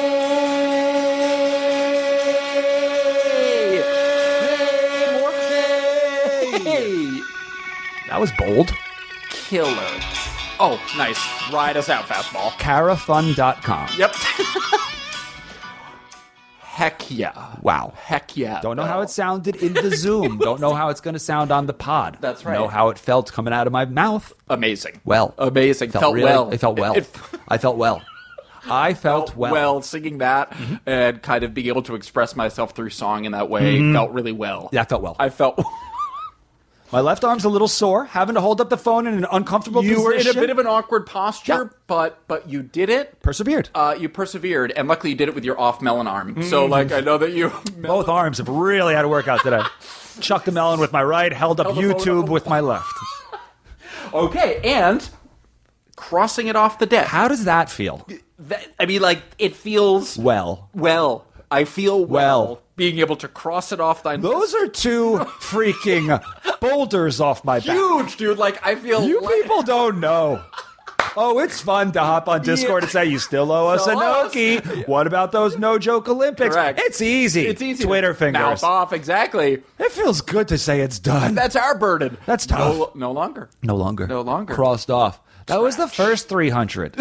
Hey,
That was bold.
Killer. Oh, nice. Ride us out, fastball.
Carafun.com.
Yep. Heck yeah.
Wow.
Heck yeah.
Don't know
though.
how it sounded in the Zoom. Don't know how it's going to sound on the pod.
That's right.
Know how it felt coming out of my mouth.
Amazing.
Well,
Amazing. Felt,
really-
well.
It felt well.
It
I felt well. I felt
felt well.
well. Mm-hmm.
singing that and kind of being able to express myself through song in that way felt really well.
Mm-hmm. Yeah, I felt well.
I felt
My left arm's a little sore, having to hold up the phone in an uncomfortable
you
position.
were in a bit of an awkward posture,
Yeah.
but but you did it.
persevered.
uh, you persevered, and luckily you did it with your off melon arm.
Mm-hmm.
So like I know that you
Both arms have really had a workout today. Chucked a melon with my right, held up
Held the phone
YouTube
up.
with my left.
okay, and crossing it off the deck.
How does that feel?
That- I mean, like it feels
Well.
Well, I feel well,
Well.
being able to cross it off. Thine
Those are two freaking boulders off my back.
huge, dude. Like I feel
You
like-
people don't know. Oh, it's fun to hop on Discord and say you still owe us
Still
an
owe us.
Okie. What about those no joke Olympics?
Correct.
It's easy.
It's easy. to
Twitter
Mouth
fingers.
off, exactly.
It feels good to say it's done.
That's our burden.
That's
No, no longer.
No longer.
No longer.
Crossed off. That was the first 300.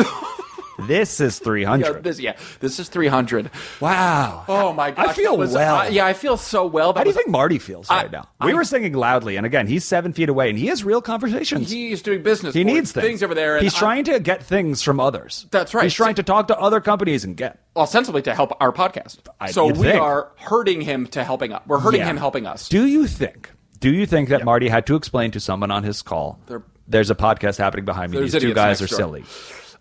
this is 300.
Yeah, this, yeah, this is 300.
wow.
Oh my gosh.
I feel
that was-
well.
I- yeah, I feel so well. That
How do you
was-
think Marty feels
I-
right now? We
I-
were singing loudly, and again, he's seven feet away, and he has real conversations.
he's doing business?
He
for
needs things.
things over there. and
He's
I'm-
trying to get things from others.
That's right.
He's trying to talk to other companies and get.
ostensibly to help our podcast.
I-
so
you'd
we
think.
are hurting him to helping us. We're hurting
Yeah.
him helping us.
Do you think? Do you think that Marty had to explain to someone on his call?
They're-
There's a podcast happening behind me.
There's
These two
idiots
guys are
next door." uh,
silly.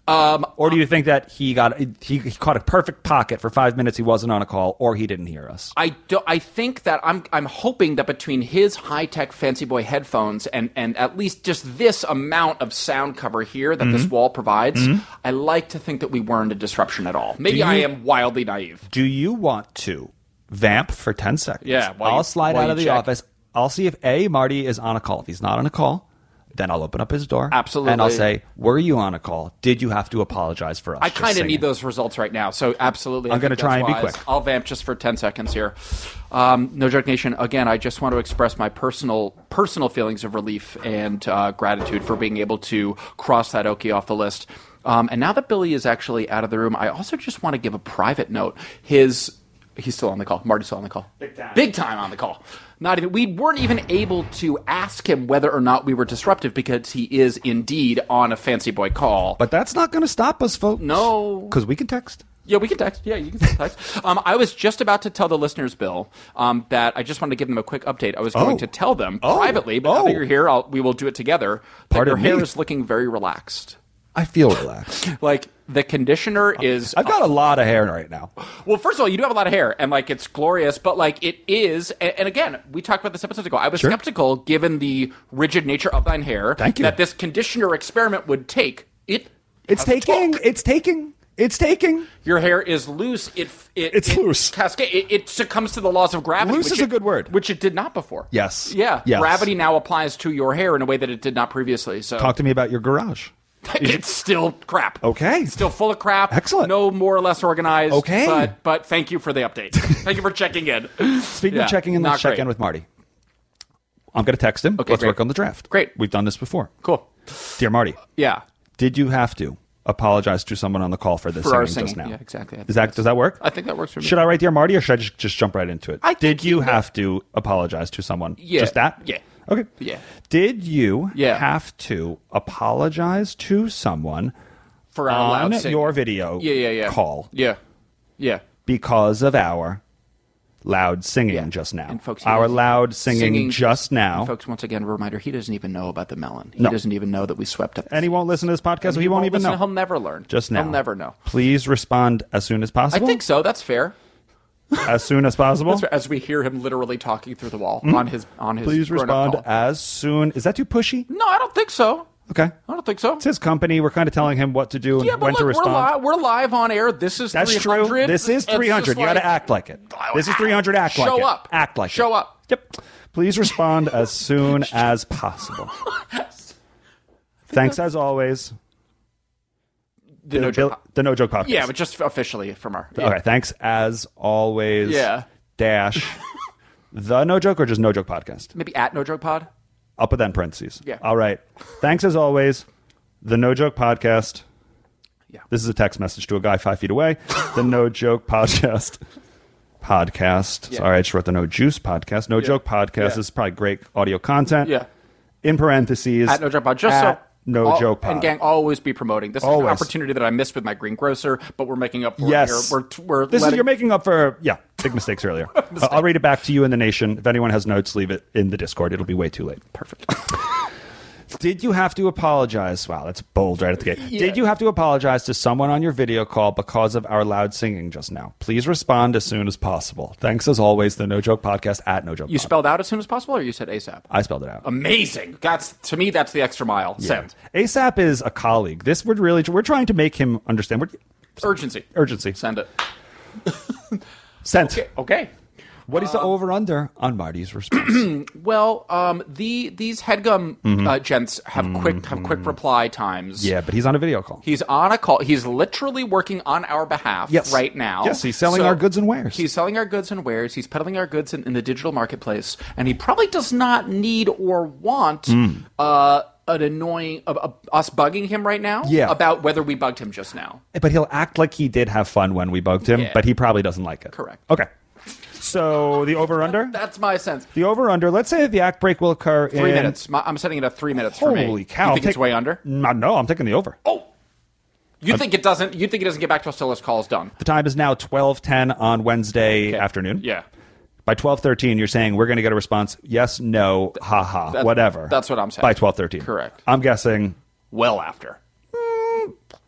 Um, or do you think that he got he, he caught a perfect pocket for five minutes? He wasn't on a call, or he didn't hear us.
I do, I think that I'm I'm hoping that between his high tech fancy boy headphones and and at least just this amount of sound cover here that this
Mm-hmm.
wall provides, I like to think that we weren't a disruption at all. Maybe
Do
I
you-
am wildly naive.
Do you want to vamp for 10 seconds?
Yeah, while
I'll
you-
slide
while
out
you
of the
check.
office. I'll see if A, Marty is on a call. If he's not on a call, then I'll open up his door.
Absolutely.
And I'll say, Were you on a call? Did you have to apologize for us?
I
just
kind of
singing?"
need those results right now, so absolutely. I
I'm gonna
think that's
try and be
wise.
quick.
I'll vamp just for ten seconds here. Um, no joke, nation. Again, I just want to express my personal personal feelings of relief and uh, gratitude for being able to cross that Oki off the list. Um, and now that Billy is actually out of the room, I also just want to give a private note. His he's still on the call. Marty's still on the call. Big time. Big time on the call. Not even we weren't even able to ask him whether or not we were disruptive because he is indeed on a fancy boy call.
But that's not going to stop us, folks.
No.
Because we can text.
Yeah, we can text. Yeah, you can still text. um, I was just about to tell the listeners, Bill, um, that I just wanted to give them a quick update. I was going
Oh.
to tell them
Oh.
privately, but now
Oh.
that you're here, I'll, we will do it together. That
Pardon
your hair
me.
is looking very relaxed.
I feel relaxed.
Like the conditioner is.
I've got a lot of hair right now.
well, first of all, you do have a lot of hair, and like it's glorious, but like it is. And, and again, we talked about this episodes ago. I was
Sure.
skeptical, given the rigid nature of thine hair,
Thank you.
that this conditioner experiment would take. It.
It's
has took.
taking. It's taking. It's taking.
Your hair is loose. It, it
It's
it
loose.
Cascade. It, it succumbs to the laws of gravity.
Loose
which
is a
it-
good word.
which it did not before.
Yes.
Yeah.
Yes.
Gravity now applies to your hair in a way that it did not previously. So
Talk to me about your garage.
it's still crap.
Okay.
It's still full of crap.
Excellent.
No more or less organized.
Okay.
But but thank you for the update. thank you for checking in.
Speaking
Yeah,
of checking in,
not
let's check
great.
in with Marty. I'm going to text him.
Okay,
let's
great.
work on the draft.
Great.
We've done this before.
Cool.
Dear Marty,
Yeah.
did you have to apologize to someone on the call for this
For our
singing just
singing.
now?
Yeah, exactly. I think
Is that, does that work?
I think that works for me.
Should I write Dear Marty or should I just, just jump right into it?
I think
did
you
you
can-
have to apologize to someone?
Yeah,
Just that?
yeah.
Okay.
Yeah.
Did you
Yeah.
have to apologize to someone
For our
on
loud singing.
your video
Yeah. Yeah. Yeah.
call
Yeah. Yeah.
because of our loud singing
Yeah.
just now.
And folks, he
our
doesn't-
loud singing,
singing-
just now.
And folks, once again, a reminder: he doesn't even know about the melon. He
No.
doesn't even know that we swept up.
and he won't listen to this podcast, so he,
He
won't,
won't
even
listen.
know.
He'll never learn.
Just now.
He'll never know.
Please respond as soon as
I
possible.
think so. That's fair.
As soon as possible.
As we hear him literally talking through the wall on his on his.
Hmm? Please
grown-up
respond
call.
as soon. Is that too pushy?
No, I don't think so.
Okay.
I don't think so.
It's his company. We're kind of telling him what to do and
Yeah, but
when
look,
to
we're
respond.
live. We're live on air. This is
That's
300.
true. This is
It's just
300. you got
like-
to act like it. This is 300. Act like
Show
it.
up.
Act like it.
Show up.
Yep. Please respond as soon as possible. Thanks as always.
The no
Bill-
joke.
the No Joke Podcast.
Yeah, but just officially from our.
Okay. Thanks as always.
Yeah.
Dash. the No Joke or just No Joke Podcast?
Maybe at No Joke Pod.
I'll put that in parentheses.
Yeah.
All right. Thanks as always. The No Joke Podcast.
Yeah.
This is a text message to a guy five feet away. The No Joke Podcast. Podcast.
Yeah.
Sorry, I just wrote the No Juice Podcast. No Joke Podcast.
Yeah.
This is probably great audio content.
Yeah.
In parentheses.
At No Joke Pod. Just
at
so.
No
all-
Joke Pod.
And gang, always be promoting. This is
Always.
an opportunity that I missed with my greengrocer, but we're making up for
Yes.
it here. We're, t- we're
this
letting-
is you're making up for yeah big mistakes earlier. Uh, I'll read it back to you in the nation. If anyone has notes, leave it in the Discord. It'll be way too late. Perfect. Did you have to apologize? Wow, that's bold right at the gate. Did you have to apologize to someone on your video call because of our loud singing just now? Please respond as soon as possible. Thanks as always, the No Joke Podcast at No Joke.
You
Pod.
spelled out as soon as possible, or you said ASAP?
I spelled it out.
Amazing. That's to me. That's the extra mile. Send
ASAP is a colleague. This would really we're trying to make him understand. We're,
urgency.
urgency.
Send it.
Sent.
Okay.
What is the over under on Marty's response?
Well, um, the these headgum uh, gents have quick have quick reply times.
Mm-hmm. yeah, but he's on a video call.
He's on a call. He's literally working on our behalf
Yes.
right now.
Yes, he's selling our goods and wares.
He's selling our goods and wares. He's peddling our goods in, in the digital marketplace, and he probably does not need or want
Hmm.
uh, an annoying uh, uh, us bugging him right now
Yeah.
about whether we bugged him just now.
But he'll act like he did have fun when we bugged him,
Yeah.
but he probably doesn't like it.
Correct.
Okay. So the over under?
That's my sense.
The over under, let's say that the act break will occur in
Three minutes. My, I'm setting it at three minutes for me.
Holy cow.
You think it's
Take-
way under?
No, no, I'm taking the over.
Oh, you think it doesn't? You think it doesn't get back to us till this call is done?
The time is now 12:10 on Wednesday
Okay.
afternoon.
Yeah.
By 12:13 you're saying we're going to get a response yes, no, haha,
that-
whatever.
that's what I'm saying.
By 12:13.
Correct.
I'm guessing
Well after.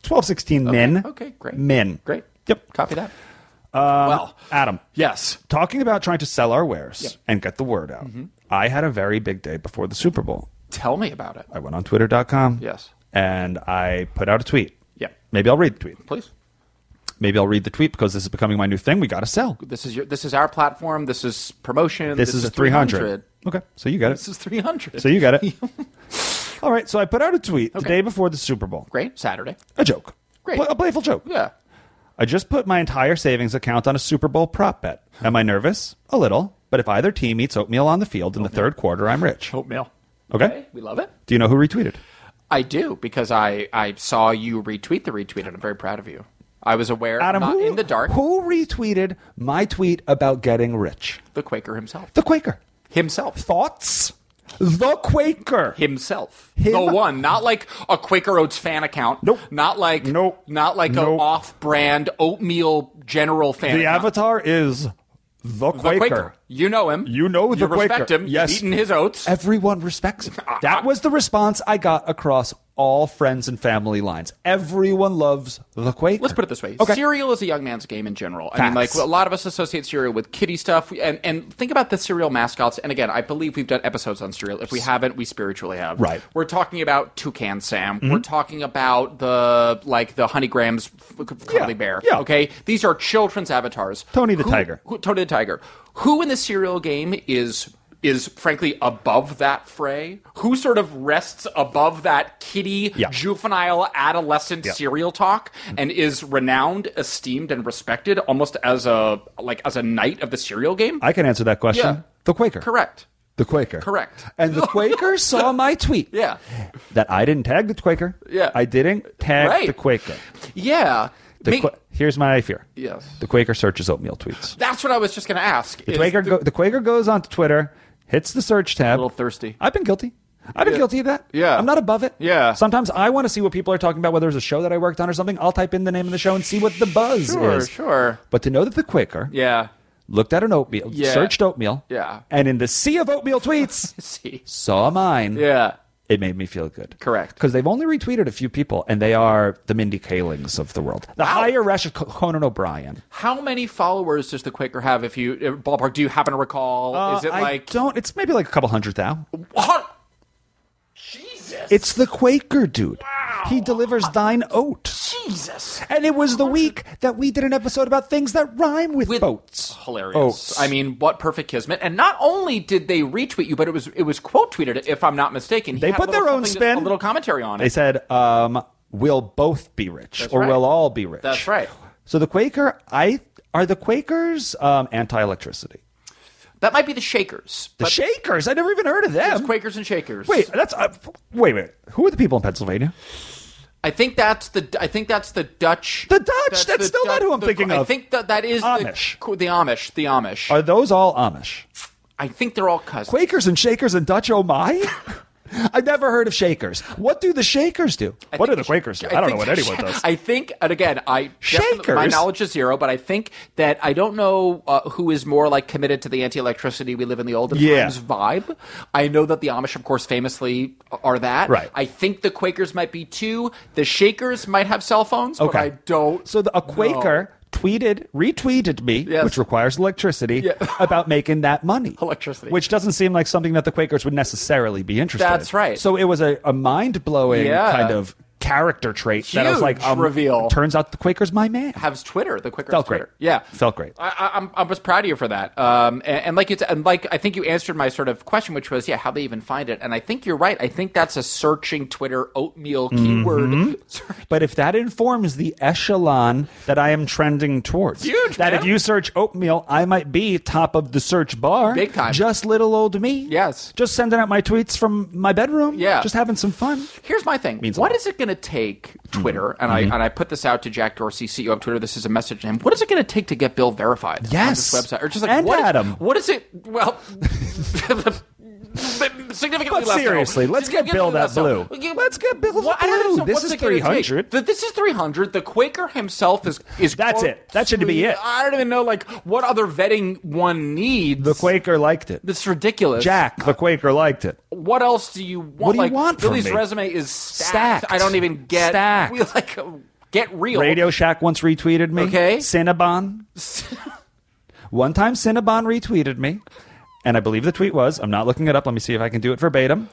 12:16 min.
Okay. Great.
Min.
Great.
Yep.
Copy that.
Uh,
well,
Adam.
yes.
talking about trying to sell our wares
Yep.
and get the word out,
Mm-hmm.
I had a very big day before the Super Bowl.
Tell me about it.
I went on twitter.com.
Yes.
And I put out a tweet.
Yep.
Maybe I'll read the tweet.
Please.
Maybe I'll read the tweet because this is becoming my new thing. We got to sell.
This is your. This is our platform. This is promotion.
This, is, a 300. Okay. So you got it.
This is 300.
So you got it. All right. So I put out a tweet the day before the Super Bowl.
Great. Saturday.
A joke.
Great.
Pla- a playful joke.
Yeah.
I just put my entire savings account on a Super Bowl prop bet. Am I nervous? A little. But if either team eats oatmeal on the field in the third quarter, I'm rich.
Oatmeal.
Okay.
We love it.
Do you know who retweeted?
I do because I I saw you retweet the retweet and I'm very proud of you. I was aware.
Adam,
not
who,
in the dark.
Who retweeted my tweet about getting rich?
The Quaker himself.
The Quaker.
himself.
Thoughts? The Quaker.
himself.
Him-
The one, not like a Quaker Oats fan account.
Nope.
Not like
Nope.
Not like
Nope.
a off-brand oatmeal general fan.
the
account.
avatar is the Quaker.
The Quaker. You know him.
You know the
you respect
Quaker.
him.
Yes.
You've eaten his oats.
Everyone respects him. That was the response I got across all friends and family lines. Everyone loves the Quaker.
Let's put it this way:
Okay.
cereal is a young man's game in general. I mean, like
Facts.
a lot of us associate cereal with kitty stuff, and and think about the cereal mascots. And again, I believe we've done episodes on cereal. If we haven't, we spiritually have.
Right. Mm-hmm.
We're talking about Toucan Sam. We're talking about the like the Honeygrams f- f- cuddly
Yeah,
bear.
yeah.
Okay. These are children's avatars.
Tony the
Who-
Tiger.
Who, Tony the Tiger. Who in the cereal game is? Is frankly above that fray. Who sort of rests above that kitty,
Yeah.
juvenile, adolescent
Yeah.
serial talk and is renowned, esteemed, and respected almost as a like as a knight of the serial game.
I can answer that question.
Yeah.
The Quaker.
Correct.
The Quaker.
Correct.
And the Quaker saw my tweet.
Yeah.
That I didn't tag the Quaker.
Yeah.
I didn't tag
Right.
the Quaker.
Yeah.
The
Me-
Qua- here's my fear.
Yes.
The Quaker searches oatmeal tweets.
that's what I was just going to ask.
The Quaker, go- the Quaker goes onto Twitter, hits the search tab.
A little thirsty.
I've been guilty. I've been
Yeah.
guilty of that.
Yeah.
I'm not above it.
Yeah.
Sometimes I want to see what people are talking about, whether it's a show that I worked on or something. I'll type in the name of the show and see what the buzz
Sure,
is.
sure.
But to know that the Quaker
yeah.
looked at an oatmeal,
Yeah.
searched oatmeal,
Yeah.
and in the sea of oatmeal tweets,
See.
saw mine.
Yeah.
It made me feel good.
Correct.
Because they've only retweeted a few people, and they are the Mindy Kalings of the world. The higher rash of Co- Conan O'Brien.
How many followers does the Quaker have? If you uh, ballpark, do you happen to recall? is
Uh,
it
I
like
don't. It's maybe like a couple hundred thou.
what? Jesus,
It's the Quaker dude. He delivers thine oat.
Jesus.
And it was the week that we did an episode about things that rhyme with,
with-
boats.
Hilarious.
Oats.
I mean, what perfect kismet! And not only did they retweet you, but it was it was quote tweeted, if I'm not mistaken. He
They
had a
put their
little
own
something to-
spin.
a little commentary on
They
it.
said, um, "We'll both be rich, or
right.
we'll all be rich."
That's right.
So the Quaker, I are the Quakers um, anti-electricity.
That might be the Shakers.
The
but
Shakers, I never even heard of
there's
them.
Quakers and Shakers.
Wait, that's uh, wait, wait. Who are the people in Pennsylvania?
I think that's the I think that's the Dutch.
The Dutch! That's still
Dut-
not who I'm
the-
thinking
I
of.
think that that is
Amish.
The, the Amish. The Amish.
Are those all Amish?
I think they're all cousins.
Quakers and Shakers and Dutch Oh my? I've never heard of Shakers. What do the Shakers do?
I
what do
think
the
sh-
Quakers do? I, don't know what
think-
anyone does.
I think, and again, I definitely- my
Shakers?
knowledge is zero, but I think that I don't know uh, who is more like committed to the anti-electricity we live in the olden
Yeah.
times vibe. I know that the Amish, of course, famously are that.
Right.
I think the Quakers might be too. The Shakers might have cell phones, but I don't.
So the, a
know.
Quaker tweeted, retweeted me,
Yes.
which requires electricity,
Yeah.
about making that money.
Electricity.
Which doesn't seem like something that the Quakers would necessarily be interested
That's
in.
right.
So it was a, a mind blowing
Yeah.
kind of character trait that I was like, um,
Huge reveal.
turns out the Quaker's my man.
Has Twitter, the Quakers.
Felt great.
Twitter. Yeah,
Felt great.
I, I, I'm, I was proud of you for that. Um, and, and like you, t- and like I think you answered my sort of question, which was, yeah, how they even find it. And I think you're right. I think that's a searching Twitter oatmeal
Mm-hmm.
keyword.
But if that informs the echelon that I am trending towards,
Huge,
that
man.
if you search oatmeal, I might be top of the search bar.
Big time.
Just little old me.
Yes.
Just sending out my tweets from my bedroom.
Yeah.
Just having some fun.
Here's my thing.
Means a
what
lot. Mm-hmm.
is it going to take Twitter? And I and I put this out to Jack Dorsey, CEO of Twitter. This is a message to him. What is it going to take to get Bill verified?
Yes.
on this website or just like
And
what is-
Adam.
what is it? Well. Significantly
But
less so.
seriously, let's get Bill
Significantly
that
less so.
blue.
You-
Let's get Bill
Well,
the
I don't
blue.
understand
This
what's
is
it gonna take.
300.
Th- This is 300. The Quaker himself is is
That's
quote,
it. That should be it.
I don't even know like what other vetting one needs.
The Quaker liked it.
That's ridiculous.
Jack, the Quaker liked it.
what else do you want?
What do you
like,
want from
Billy's
me?
resume is stacked.
Stacked.
I don't even get.
Stacked.
We like uh, get real.
Radio Shack once retweeted me.
Okay.
Cinnabon. One time Cinnabon retweeted me, and I believe the tweet was I'm not looking it up. Let me see if I can do it verbatim.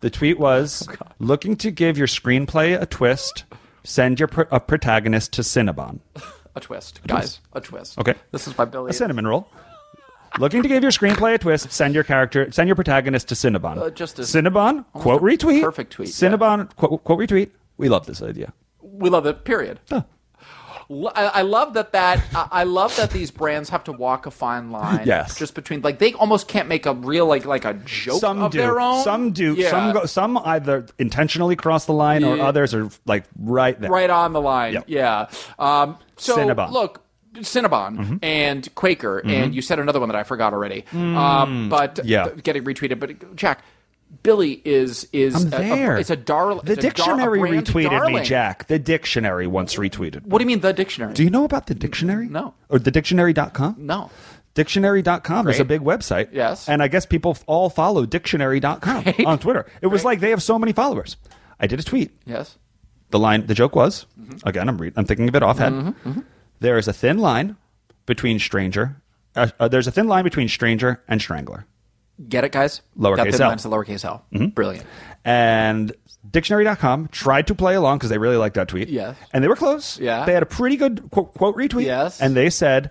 The tweet
Oh,
was looking to give your screenplay a twist, send your pr- a protagonist to Cinnabon.
A twist, guys. A twist.
Okay.
This is by Billy.
A cinnamon roll. Looking to give your screenplay a twist, send your character, send your protagonist to Cinnabon.
Uh, just a-
Cinnabon, quote
a
retweet.
perfect tweet, yeah.
Cinnabon, quote, quote retweet. We love this idea.
we love it. Period. L- I I love that that I I love that these brands have to walk a fine line.
Yes.
just between like they almost can't make a real like like a joke
some
of
do.
their own.
Some do.
Yeah.
Some go, some either intentionally cross the line, or
Yeah.
others are like right there.
right on the line.
Yep.
Yeah. Um, so
Cinnabon. Mm-hmm.
look, Cinnabon and Quaker, and you said another one that I forgot already. Um, but
Mm. Yeah.
th- getting retweeted. But Jack, Billy is is
I'm
a- a-
there.
it's a darling.
The dictionary retweeted
darling.
me, Jack. The dictionary once retweeted.
What do you mean the dictionary?
Do you know about the dictionary?
No.
Or the dictionary.com?
no.
Dictionary.com is a
Great.
big website.
Yes.
And I guess people f- all follow dictionary.com on Twitter. It was like they have so many followers. I did a tweet.
Yes.
The line, the joke was,
Mm-hmm.
again, I'm, re- I'm thinking of it offhand. There is a thin line between stranger, uh, uh, there's a thin line between stranger and strangler.
Get it, guys.
Lowercase
Got the
L. Mm-hmm.
lines to lowercase L. Brilliant.
and dictionary.com tried to play along because they really liked that tweet.
Yes.
And they were close.
Yeah.
They had a pretty good quote, quote retweet.
Yes.
And they said,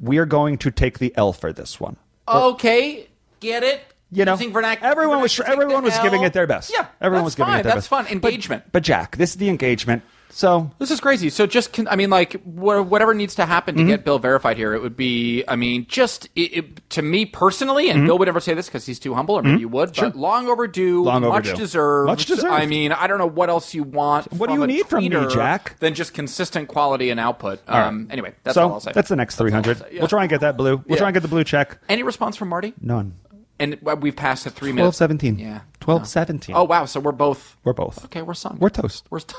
we are going to take the L for this one.
Okay. Get it.
You know,
Using vernac-
everyone was
vernacular,
everyone was
take the
giving
L.
it their best.
Yeah, that's
everyone was giving
fine.
it their
that's
best.
fun.
But-
Engagement.
But, Jack, this is the engagement. So
This is crazy. So just, con- I mean, like wha- whatever needs to happen
Mm-hmm.
to get Bill verified here, it would be, I mean, just it, it, to me personally,
Mm-hmm.
and Bill would never say this because he's too humble, or maybe you would, but long overdue,
Long
much
overdue.
deserved.
Much deserved.
I mean, I don't know what else you want.
What do
from
you
a
need from me,
tweeter
Jack?
Than just consistent quality and output.
all right.
Um, Anyway, that's
so
all I'll say.
That's the next three hundred.
yeah.
We'll try and get that blue. We'll
Yeah.
try and get the blue check.
Any response from Marty?
None.
And uh, we've passed the three
Twelve
minutes.
seventeen.
Yeah.
Twelve
No.
seventeen.
Oh wow! So we're both.
we're both.
Okay, we're sunk.
We're toast.
We're st-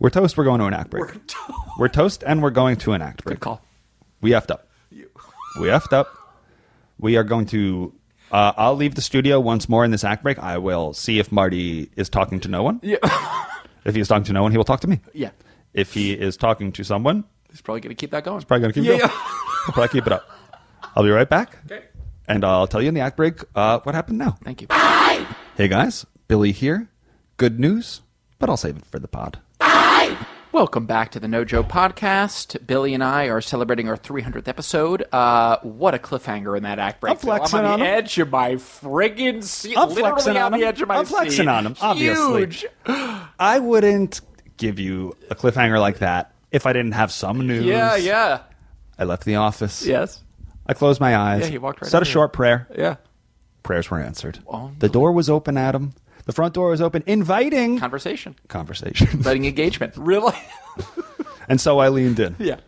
We're toast. We're going to an act break.
We're toast.
We're toast, and we're going to an act break.
Good call.
We effed up. We effed up. We are going to. Uh, I'll leave the studio once more in this act break. I will see if Marty is talking to no one.
Yeah.
If he is talking to no one, he will talk to me.
yeah.
If he is talking to someone,
He's probably going to keep that going.
probably going to keep
Yeah,
it up.
yeah.
He'll probably keep it up. I'll be right back.
Okay.
And I'll tell you in the act break uh, what happened now.
Thank you.
Hey guys, Billy here. Good news, but I'll save it for the pod.
Welcome back to the No Joe podcast. Billy and I are celebrating our 300th episode. Uh, what a cliffhanger in that act break!
I'm flexing
I'm on,
on
the
'em.
edge of my friggin' seat.
I'm flexing
literally
on
on, the
'em.
edge of my
I'm
seat.
flexing on 'em, obviously.
Huge. Ah!
I wouldn't give you a cliffhanger like that if I didn't have some news.
Yeah, yeah,
I left the office.
yes,
I closed my eyes.
Yeah, he walked right
Said a
over you.
short prayer.
yeah.
Prayers were answered.
Oh,
the door was open, Adam. The front door is open, inviting
Conversation,
conversation.
letting engagement. Really?
and so I leaned in.
yeah.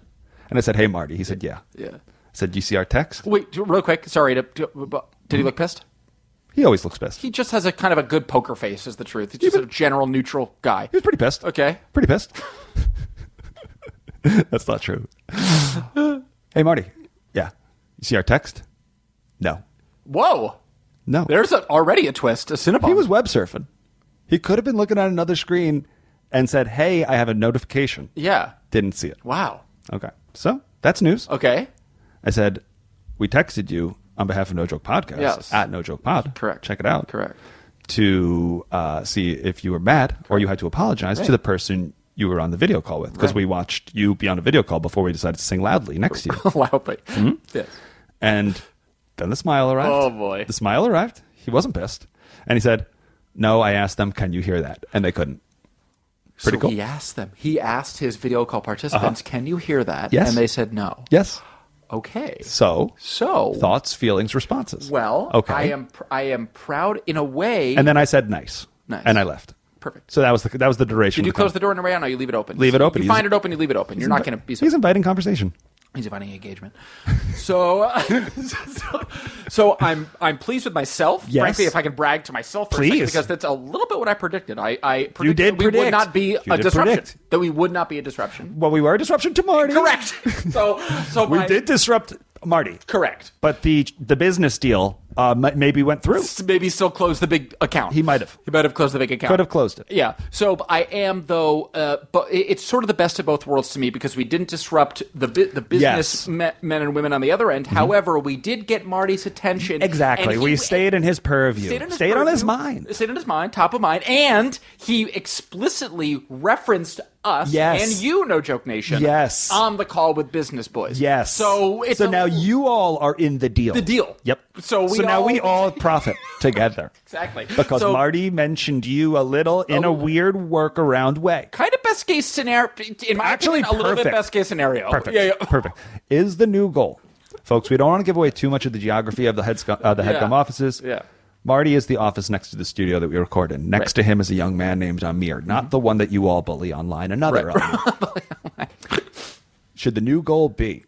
And I said, "Hey, Marty." He said, "Yeah."
Yeah.
I said, "You see our text?"
Wait, real quick. Sorry. To, to- did he look pissed?
He always looks pissed. He
He just has a kind of a good poker face, is the truth. He's just a general neutral guy.
was pretty pissed.
Okay.
Pretty pissed. That's not true. hey, Marty. Yeah. You see our text? No.
Whoa.
No.
Oh. There's a, already a twist. A Cinnabon.
He was web surfing. He could have been looking at another screen and said, "Hey, I have a notification."
Yeah.
Didn't see it.
Wow.
Okay. So that's news.
Okay.
I said, "We texted you on behalf of No Joke Podcast
Yes.
at No Joke Pod.
Correct.
Check it out.
Correct.
To uh, see if you were mad or you had to apologize
Right.
to the person you were on the video call with because
Right.
we watched you be on a video call before we decided to sing loudly next to you.
Loudly.
Hmm?
Yes.
And then the smile arrived.
Oh, boy.
The smile arrived. He wasn't pissed. And he said, No, I asked them, can you hear that? And they couldn't. Pretty
so
cool. Uh-huh.
He asked them. He asked his video call participants, "Can you hear that?"
Yes.
And they said no.
Yes.
Okay.
So
So
thoughts, feelings, responses.
well,
Okay.
I am pr- I am proud in a way.
and then I said nice.
Nice.
And I left.
perfect.
So that was the that was the duration.
Did you
of the
close the door in a way? No, you leave it open.
Leave it open.
You
He's-
find it open. You leave it open. You're not going to be.
conversation. He's inviting conversation.
He's inviting engagement. So, uh, so, so I'm I'm pleased with myself.
Yes.
Frankly, if I can brag to myself, for a second,
Please.
because that's a little bit what I predicted. I, I predicted
did
that we
predict.
would not be
You
a
did
disruption.
predict.
That we would not be a disruption.
Well, we were a disruption to Marty.
Correct. So so
We
my-
did disrupt Marty.
correct.
But the the business deal uh, m- maybe went through.
Maybe still close the big account.
He might have.
He might have closed the big account.
Could have closed it.
Yeah. So but I am though, uh, but it- it's sort of the best of both worlds to me because we didn't disrupt the bu- the business
Yes. Mm-hmm.
me- men and women on the other end. However, we did get Marty's attention.
Exactly.
and
we
he- e-,
stayed in his purview.
Stayed, in his,
on his
purview,
mind.
Stayed in his mind, top of mind, and he explicitly referenced us
Yes.
and you, No Joke Nation,
Yes.
on the call with Business Boys.
Yes.
So it's
so
a-
now you all are in the deal. The
deal.
Yep.
So we
now
all-
we all profit together.
Exactly.
Because
So- Oh.
Marty mentioned you a little in a weird workaround way.
kind of best case scenario. In my
Actually,
opinion, a little bit
perfect.
best case scenario.
Perfect.
Yeah, yeah.
Perfect. Is the new goal, folks? We don't want to give away too much of the geography of the head uh, the headgum
Yeah.
offices.
Yeah.
Marty is the office next to the studio that we record in. Next
Right. Mm-hmm.
to him is a young man named Amir, not the one that you all bully online. Another. Amir. Should the new goal be?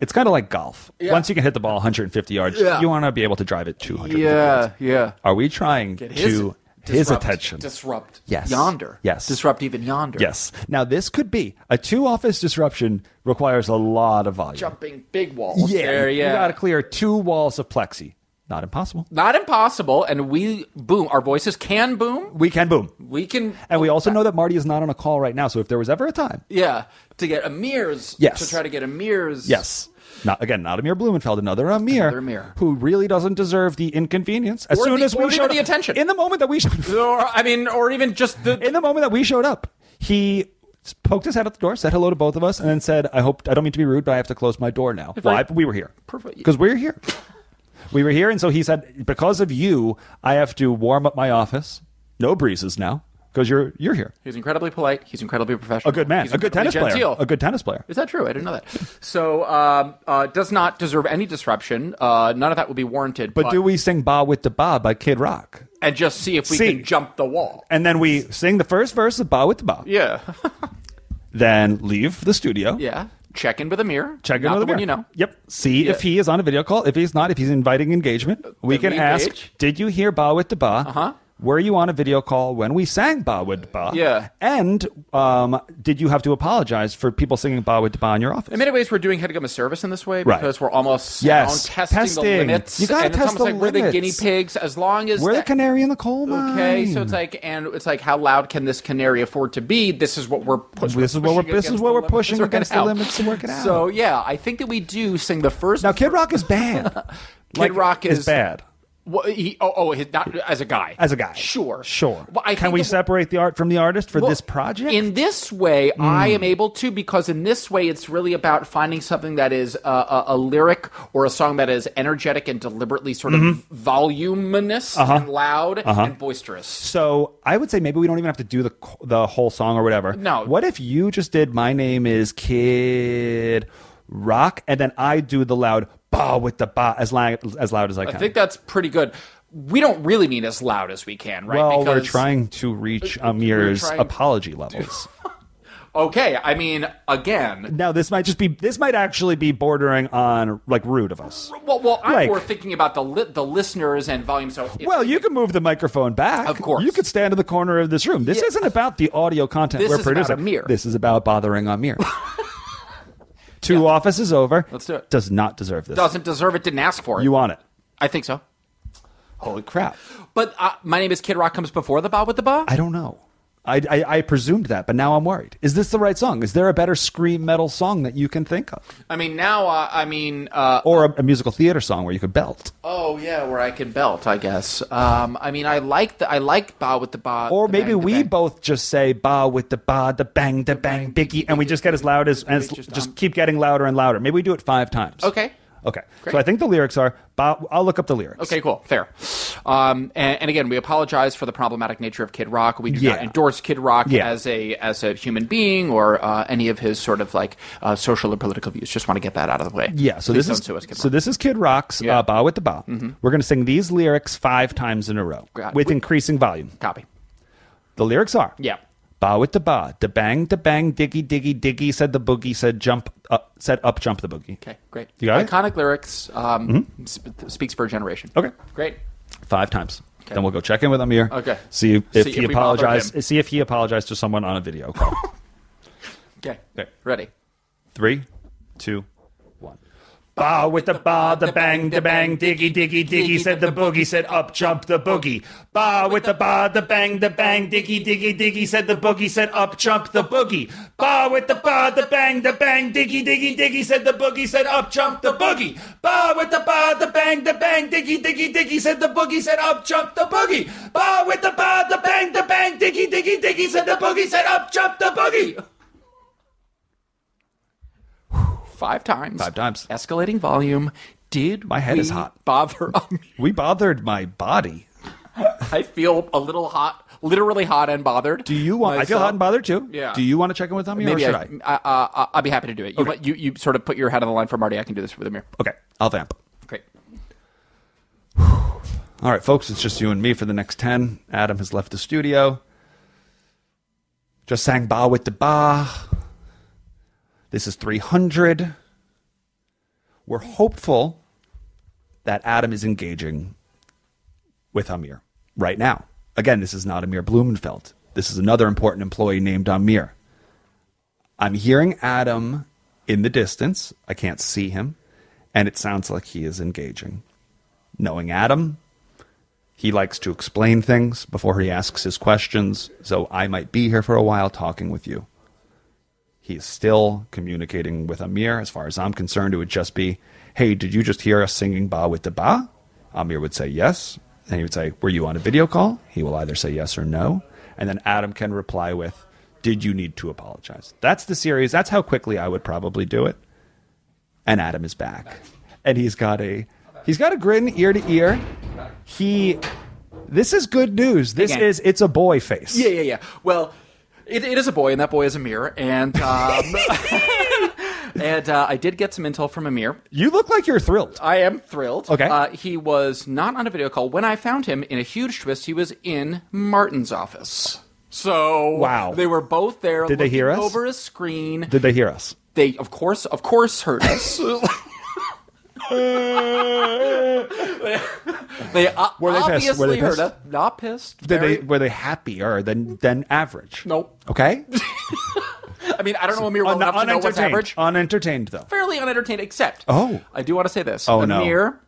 It's kind of like golf.
Yeah.
Once you can hit the ball 150 yards,
Yeah.
you want to be able to drive it 200.
Yeah, yeah.
Are we trying
Get his-
to his
disrupt-
attention?
Disrupt.
Yes.
Yonder.
Yes.
Disrupt even yonder.
Yes. Now this could be a two office disruption requires a lot of volume.
Jumping big walls.
Yeah,
There, yeah.
You got to clear two walls of plexi. Not impossible.
Not impossible, and we boom. Our voices can boom.
We can boom.
We can.
And we also know that Marty is not on a call right now. So if there was ever a time,
Yeah, to get Amir's.
Yes.
To try to get Amir's.
yes. Not again, not Amir Blumenfeld, another Amir,
Another Amir.
who really doesn't deserve the inconvenience. As
Or
soon
the-
as we
or even
showed
the
up-
attention.
in the moment that we showed,
Or I mean, or even just the.
in the moment that we showed up, he poked his head at the door, said hello to both of us, and then said, "I hope I don't mean to be rude, but I have to close my door now." Why? we were here
Perfect.
because we're here. We were here, and so he said, "Because of you, I have to warm up my office. No breezes now because you're you're here."
he's incredibly polite. He's incredibly professional.
A good man,
He's
a good tennis
incredibly genteel.
player, a good tennis player.
Is that true? I didn't know that. So, um, uh, does not deserve any disruption. Uh, none of that would be warranted.
But do we sing "Ba with the Ba" by Kid Rock,
and just see if we
See.
can jump the wall.
and then we sing the first verse of "Ba with the Ba,"
Yeah,
then leave the studio,
yeah. Check in with a mirror.
Check in
Not
with
the
the
one
mirror.
you know.
Yep. See if he is on a video call. If he's not, if he's inviting engagement, we
Uh, Then
can
we
ask,
engage.
"Did you hear Ba with the Ba?"
Uh-huh.
Were you on a video call when we sang Ba with the Ba?
Yeah.
And um, did you have to apologize for people singing Ba with the Ba in your office?
In many ways, we're doing Headgum a service in this way
Right.
because we're almost
Yes.
sound testing, the
Testing.
limits.
You gotta
and
test
it's
the
almost like we're the guinea
limits.
pigs. As long as
We're the
that-
canary in the coal mine.
Okay, so it's like, and it's like, how loud can this canary afford to be? This is what we're pushing.
This is what we're- this is what we're pushing against the
out.
limits and working out.
So yeah, I think that we do sing the first.
now Kid Rock is bad.
Kid Rock is-
bad.
Wha- he, oh, oh, his, not as a guy.
As a guy,
Sure,
sure.
Well, I
Can
think
we
that-
separate the art from the artist for
well,
this project? Hmm.
In this way, I am able to because in this way, it's really about finding something that is uh, a, a lyric or a song that is energetic and deliberately sort
Mm-hmm.
of voluminous
Uh-huh.
and loud and boisterous.
So I would say maybe we don't even have to do the the whole song or whatever.
No.
What if you just did "My Name Is Kid Rock" and then I do the loud "ba" with the "ba" as loud as loud as I can.
I think that's pretty good. we don't really mean as loud as we can, right?
Well, we're
Because-
trying to reach Amir's
trying-
apology levels.
Okay, I mean, again,
now, this might just be this might actually be bordering on like rude of us.
well, well I'm
Like-
more thinking about the li- the listeners and volume. So, if-
Well, you can move the microphone back.
Of course.
You could stand in the corner of this room. This isn't about the audio content
This
we're
is about
producing.
Amir.
This is about bothering Amir. Two offices over. Let's
do it.
Does not deserve this.
doesn't deserve it, didn't ask for it.
You want it.
I think so.
Holy crap.
But uh, my name is Kid Rock comes before the ba with the ba.
I don't know. I, I, I presumed that, but now I'm worried. Is this the right song? Is there a better scream metal song that you can think of?
I mean, now uh, I mean, uh,
Or a, a musical theater song where you could belt?
oh yeah, where I can belt, I guess. Um, I mean, I like the I like ba with the ba.
Or
the
maybe
bang, the
we
bang.
both just say ba with the ba, the bang, the bang, biggie, and we just get as loud as, and
just,
just, just
um,
keep getting louder and louder. Maybe we do it five times.
Okay.
Okay.
Great.
So I think the lyrics are ba. I'll look up the lyrics.
Okay, cool, fair. Um, and, and again, we apologize for the problematic nature of Kid Rock. We do not
Yeah.
endorse Kid Rock
Yeah.
as a as a human being or uh, any of his sort of like uh, social or political views. Just want to get that out of the way.
Yeah. So
Please don't
this is
sue us, Kid
so
Rock.
this is Kid Rock's
Yeah. Mm-hmm.
uh, ba with the ba. We're going to sing these lyrics five times in a row
Got it.
with
We-
increasing volume.
copy.
The lyrics are
Yeah.
Ba with the ba, da bang, da bang, diggy, diggy, diggy. Said the boogie. Said jump up. Said up, jump the boogie.
Okay, great.
You got it? Mm-hmm.
Iconic lyrics um, sp- speaks for a generation.
Okay.
great.
Five times. Then we'll go check in with Amir.
Okay.
See if
See
he
if we bothered him.
apologized. See if he apologized to someone on a video call.
Okay,
Okay.
ready.
Three, two, one. Ba with the ba, the bang, the bang, diggy, diggy, diggy, said the boogie, said up jump the boogie. Ba with the ba, the bang, the bang, diggy, diggy, diggy, said the boogie, said up jump the boogie. Ba with the ba, the bang, the bang, diggy, diggy, diggy, said the boogie, said up jump the boogie. Ba with the ba, the bang, the bang, diggy, diggy, diggy, said the boogie, said up jump the boogie. Ba with the ba, the bang, the bang, diggy, diggy, diggy, said the boogie, said up jump the boogie.
Five times.
Five times.
Escalating volume. Did
My head
we
is hot.
Bother.
We bothered my body.
I feel a little hot, literally hot and bothered.
Do you want? I feel hot and bothered too.
Yeah.
Do you want to check in with Amir or
Maybe
should I?
I, I, I, I, I'll be happy to do it. You, you, you sort of put your head on the line for Marty. I can do this with Amir.
Okay, I'll vamp.
Great.
All right, folks, it's just you and me for the next ten. Adam has left the studio. Just sang "Ba with the Ba." This is three hundred. We're hopeful that Adam is engaging with Amir right now. Again, this is not Amir Blumenfeld. This is another important employee named Amir. I'm hearing Adam in the distance. I can't see him. And it sounds like he is engaging. Knowing Adam, he likes to explain things before he asks his questions. So I might be here for a while talking with you. He is still communicating with Amir. As far as I'm concerned, it would just be, hey, did you just hear us singing Ba with the Ba? Amir would say yes. And he would say, were you on a video call? He will either say yes or no. And then Adam can reply with, did you need to apologize? That's the series. That's how quickly I would probably do it. And Adam is back. And he's got a he's got a grin ear to ear. He this is good news. This
Again.
is it's a boy face.
Yeah, yeah, yeah. Well, it, it is a boy, and that boy is Amir. And um, and uh, I did get some intel from Amir.
You look like you're thrilled.
I am thrilled.
Okay.
Uh, he was not on a video call. When I found him, in a huge twist, he was in Martin's office. So
Wow.
they were both there.
Did they hear
looking
us?
over a screen?
Did they hear us?
They of course, of course, heard us. they uh,
Were they
obviously
pissed? Were they
heard
pissed?
us. Not pissed.
Did
Very-
they were they happier than than average?
Nope.
Okay.
I mean, I don't know Amir well
Un-
enough to know Oh, what's average.
Unentertained though.
Fairly unentertained, except
Oh.
I do want to say this.
Oh, no.
Amir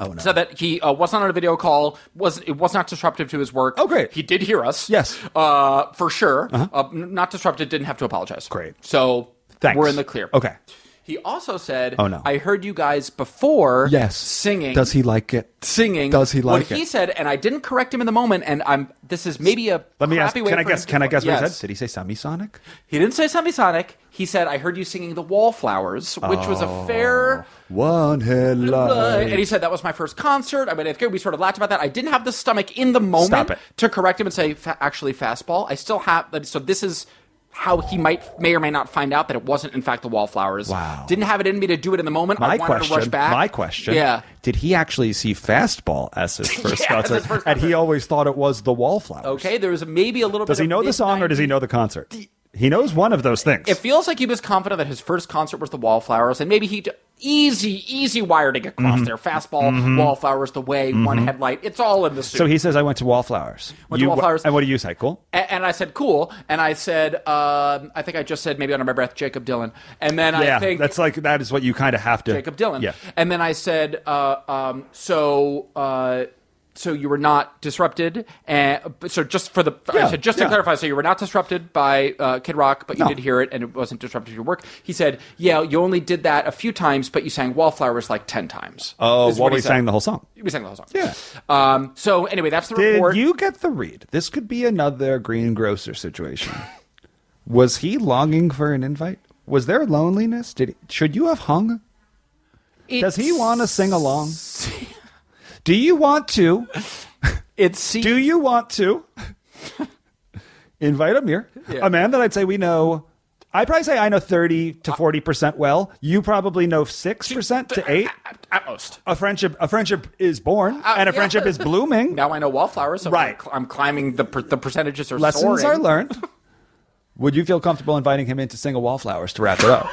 Oh no.
said that he uh, was not on a video call. was It was not disruptive to his work.
Oh, great.
He did hear us.
Yes. Uh-huh.
uh, for sure. uh n- not disruptive. Didn't have to apologize.
Great.
So
Thanks.
we're in the clear.
Okay.
He also said,
Oh, no.
I heard you guys before.
Yes.
singing."
Does he like it?
singing?
Does he like
what he
it?
said? And I didn't correct him in the moment. And I'm. This is maybe a.
Let me ask.
crappy way
Can I
for
guess?
him to-
Can I guess what he
Yes.
said? Did he say semisonic?
He didn't say semisonic. He said, I heard you singing The Wallflowers, which was
Oh.
a fair.
One
And
headline.
he said, that was my first concert. I mean, we sort of laughed about that. I didn't have the stomach in the moment
Stop it.
to correct him and say, fa- actually, fastball. I still have. So this is how he might may or may not find out that it wasn't in fact the wallflowers.
Wow.
Didn't have it in me to do it in the moment. I
My
wanted
question.
to rush back.
My question.
Yeah.
Did he actually see fastball as his first
Yeah, as his
concert?
first
and he always thought it was the Wallflowers.
Okay, there was maybe a little
Does
bit
he
of
know the song or does he know the concert? He knows one of those things.
It feels like he was confident that his first concert was the Wallflowers, and maybe he d- easy, easy wire to get across
Mm-hmm.
there. Fastball, Wallflowers, the way, one headlight. It's all in the suit.
so he says, "I went to Wallflowers."
Went to
You-
Wallflowers.
And what do you say? Cool.
A- and I said, "Cool." And I said, um, "I think I just said maybe under my breath, Jacob Dylan." And then
yeah,
I think
that's like that is what you kind of have to.
Jacob Dylan.
Yeah.
And then I said, uh, um, so. Uh, so you were not disrupted, and but- so just for the I
Yeah,
said just to
yeah.
clarify, so you were not disrupted by uh, Kid Rock, but you
No.
did hear it, and it wasn't disruptive to your work. He said, "Yeah, you only did that a few times, but you sang Wallflowers like ten times."
Oh,
This is
well,
he
we
said.
sang the whole song.
We sang the whole song.
Yeah.
Um, so anyway, that's the
Did
report.
you get the read? This could be another greengrocer situation. Was he longing for an invite? Was there loneliness? Did should you have hung? Does he want to sing along? Do you want to?
It's
Do you want to invite Amir,
Yeah.
a man that I'd say we know? I probably say I know thirty to forty percent well. You probably know six percent to eight.
at most.
A friendship, a friendship is born, and a
Uh, yeah.
friendship is blooming.
Now I know Wallflowers, so
Right.
I'm, cl- I'm climbing the per- the percentages are
Lessons
soaring.
are learned. Would you feel comfortable inviting him in to sing a Wallflowers to wrap it up?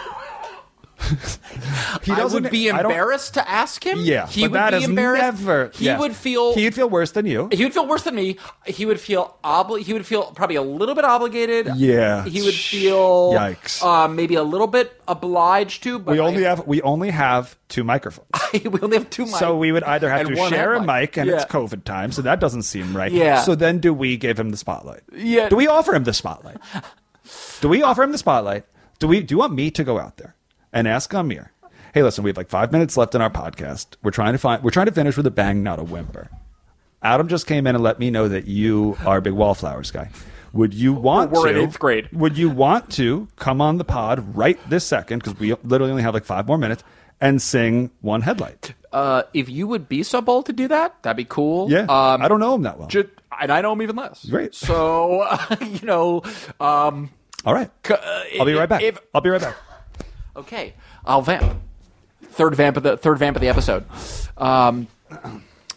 he e,
I would be
I don't-
embarrassed to ask him.
Yeah,
he
but
would
that
be
is
embarrassed.
never.
he
yeah.
would feel.
He'd
He'd,
feel worse than you.
feel worse than me. He would feel obli- He would feel probably a little bit obligated.
Yeah.
He would feel.
Yikes.
Uh, maybe a little bit obliged to. But
We only
I-
have we only have two microphones,
we only have two mics.
so we would either have
and
to
one
share a
headlight.
mic, and it's
Yeah.
COVID time, so that doesn't seem right.
Yeah.
So then, do we give him the spotlight?
Yeah.
Do we offer him the spotlight? Do we offer him the spotlight? Do we? Do you want me to go out there and ask Amir? Hey, listen, we have like five minutes left in our podcast. We're trying to find. We're trying to finish with a bang, not a whimper. Adam just came in and let me know that you are a big wallflowers guy. Would you want
We're
to?
in eighth grade.
Would you want to come on the pod right this second because we literally only have like five more minutes and sing one headlight?
Uh, if you would be so bold to do that, that'd be cool.
Yeah,
Um,
I don't know him that well.
ju- and I know him even less.
Great.
So you know. Um,
All right,
c- uh,
I'll be
if-
right back.
if-
I'll be right back.
Okay, I'll vamp. Third vamp of the third vamp of the episode. Um,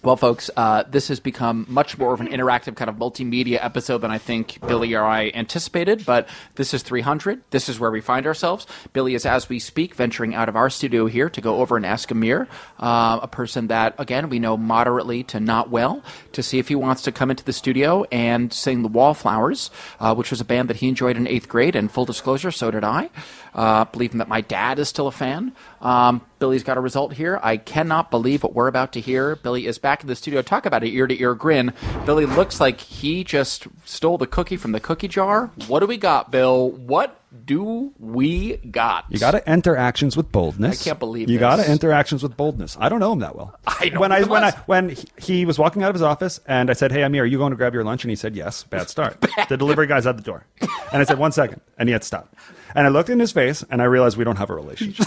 well, folks, uh, this has become much more of an interactive kind of multimedia episode than I think Billy or I anticipated. But this is 300. This is where we find ourselves. Billy is, as we speak, venturing out of our studio here to go over and ask Amir, uh, a person that, again, we know moderately to not well, to see if he wants to come into the studio and sing The Wallflowers, uh, which was a band that he enjoyed in eighth grade. And full disclosure, so did I, uh, believing that my dad is still a fan. Um, Billy's got a result here. I cannot believe what we're about to hear. Billy is back in the studio. Talk about an ear to ear grin. Billy looks like he just stole the cookie from the cookie jar. What do we got, Bill? What do we got?
You got to enter actions with boldness.
I can't believe
you
this.
got to enter actions with boldness. I don't know him that well.
I know
when
him
I
the
when I
less.
when he- he was walking out of his office and I said, "Hey, Amir, are you going to grab your lunch?" And he said, "Yes." Bad start. the delivery guy's at the door, and I said, "One second," and he had stopped. And I looked in his face and I realized we don't have a relationship.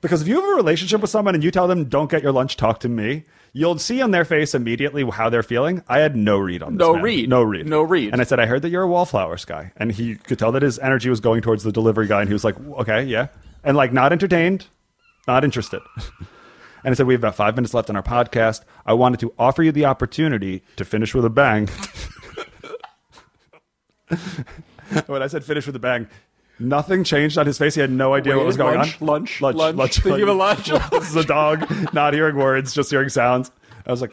because if you have a relationship with someone and you tell them, "Don't get your lunch, talk to me." You'll see on their face immediately how they're feeling. I had no read on this.
No
man.
read.
No read.
No read.
And I said, I heard that you're a wallflowers guy. And he could tell that his energy was going towards the delivery guy. And he was like, okay, yeah. And like, not entertained, not interested. and I said, we have about five minutes left on our podcast. I wanted to offer you the opportunity to finish with a bang. when I said finish with a bang, nothing changed on his face. He had no idea what
Wait,
was going
lunch,
on.
lunch,
lunch,
lunch. They give a lunch.
this is a dog not hearing words, just hearing sounds. I was like,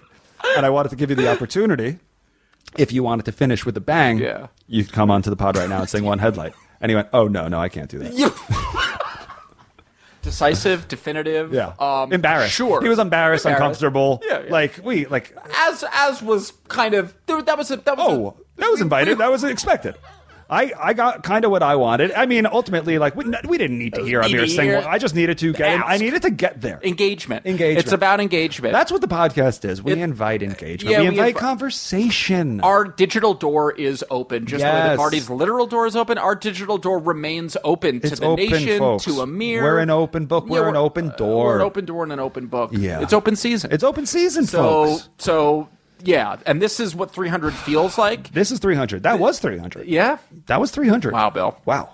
and I wanted to give you the opportunity if you wanted to finish with a bang,
Yeah.
you could come onto the pod right now and sing one headlight. And he went, Oh no, no, I can't do that.
You- Decisive, definitive.
Yeah.
Um,
embarrassed.
Sure.
He was embarrassed,
Embarrassed.
uncomfortable.
Yeah, yeah.
Like we like
as as was kind of there, that was a that was a-
oh, that was invited. That was expected. I, I got kind of what I wanted. I mean, ultimately, like we, we didn't need to hear
Uh, Need
Amir
to
sing.
hear-
I just needed to get. In. I
Ask.
needed to get there.
engagement
Engagement.
it's about engagement
That's what the podcast is. We
It-
invite engagement.
Yeah, we
we invite
invi-
conversation.
our digital door is open. Just the way the
Yes.
party's literal door is open, our digital door remains open to
It's
the
open,
nation,
folks.
to a mirror.
We're an open book. We're an open
We're
door.
an open door and an open book.
Yeah.
It's open season.
it's open season,
so
folks.
so yeah, and this is what 300 feels like.
This is 300. That was 300.
Yeah.
That was 300.
Wow, Bill.
Wow.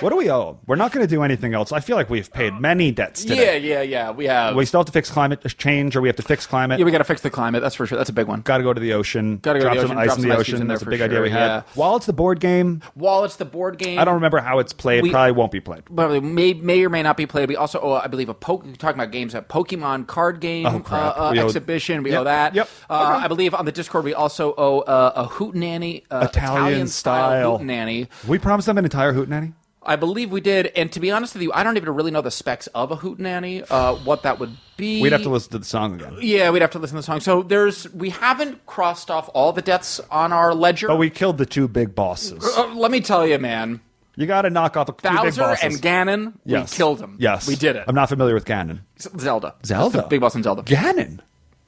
What do we owe? We're not going to do anything else. I feel like we've paid many debts
Yeah,
today.
yeah, yeah. We have.
We still have to fix climate uh, change, or we have to fix climate.
yeah, we got to fix the climate. That's for sure. That's a big one.
Got to go to the ocean.
Gotta go to
drop
the
some
ocean,
ice
drop
in
some
the
ice cubes
ocean.
in there
That's a
for
big idea
sure,
we
yeah.
had. While it's the board game,
While it's the board game,
I don't remember how it's played.
We-
Probably won't be played.
Probably may may or may not be played. We also owe, I believe, a poke, talking about games, a Pokemon card game
Oh, crap.
uh, uh,
We owe-
exhibition. We
Yep,
owe that.
yep.
Uh,
Okay.
I believe on the Discord we also owe uh, a hootenanny, uh, Italian style hootenanny.
We promised them an entire hootenanny.
I believe we did. And to be honest with you, I don't even really know the specs of a hootenanny. Uh, what that would be?
We'd have to listen to the song again.
Yeah, we'd have to listen to the song. So there's we haven't crossed off all the deaths on our ledger.
But Oh, we killed the two big bosses.
Uh, let me tell you, man,
You got to knock off the two big
Bowser
bosses.
and Ganon,
Yes.
we killed them.
Yes,
we did it.
I'm not familiar with Ganon.
Zelda.
Zelda.
That's the big boss in Zelda.
Ganon.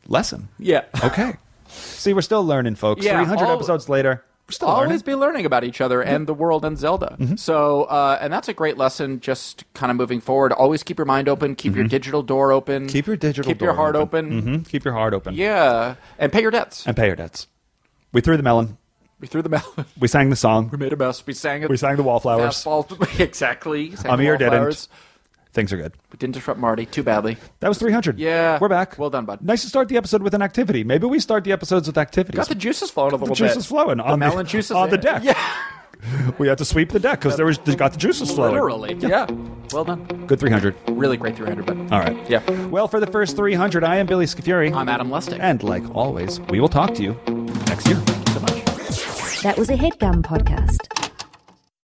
Lesson.
Yeah.
Okay. See, we're still learning, folks.
Yeah,
300
all-
episodes later, we're still learning. Mm-hmm.
Always be learning about each other and the world and Zelda. So, uh, and that's a great lesson. Just kind of moving forward. Always keep your mind open. Keep your digital door open.
Mm-hmm. Keep your digital
Keep your
door
heart
open.
open.
Mhm. Keep your heart open.
Yeah, and pay your debts.
And pay your debts. We threw the melon.
we threw the melon.
We sang the song.
We made a mess. We sang it.
We sang the wallflowers.
Fastball. exactly. Sang
Amir
the wallflowers.
didn't. Things are good.
We didn't disrupt Marty too badly.
That was 300.
Yeah.
We're back.
Well done, bud.
Nice to start the episode with an activity. Maybe we start the episodes with activities.
Got the juices flowing a little
The
bit.
juice is flowing
The
on the-
melon juices
on the deck.
Yeah,
we had to sweep the deck because there was they got the juices flowing.
literally. Yeah. Well done.
Good 300.
Really great 300, but
All right.
Yeah.
Well, for the first 300, I am Billy Scafuri.
I'm Adam Lustig.
And like always, we will talk to you next year.
so much.
That was a headgum podcast.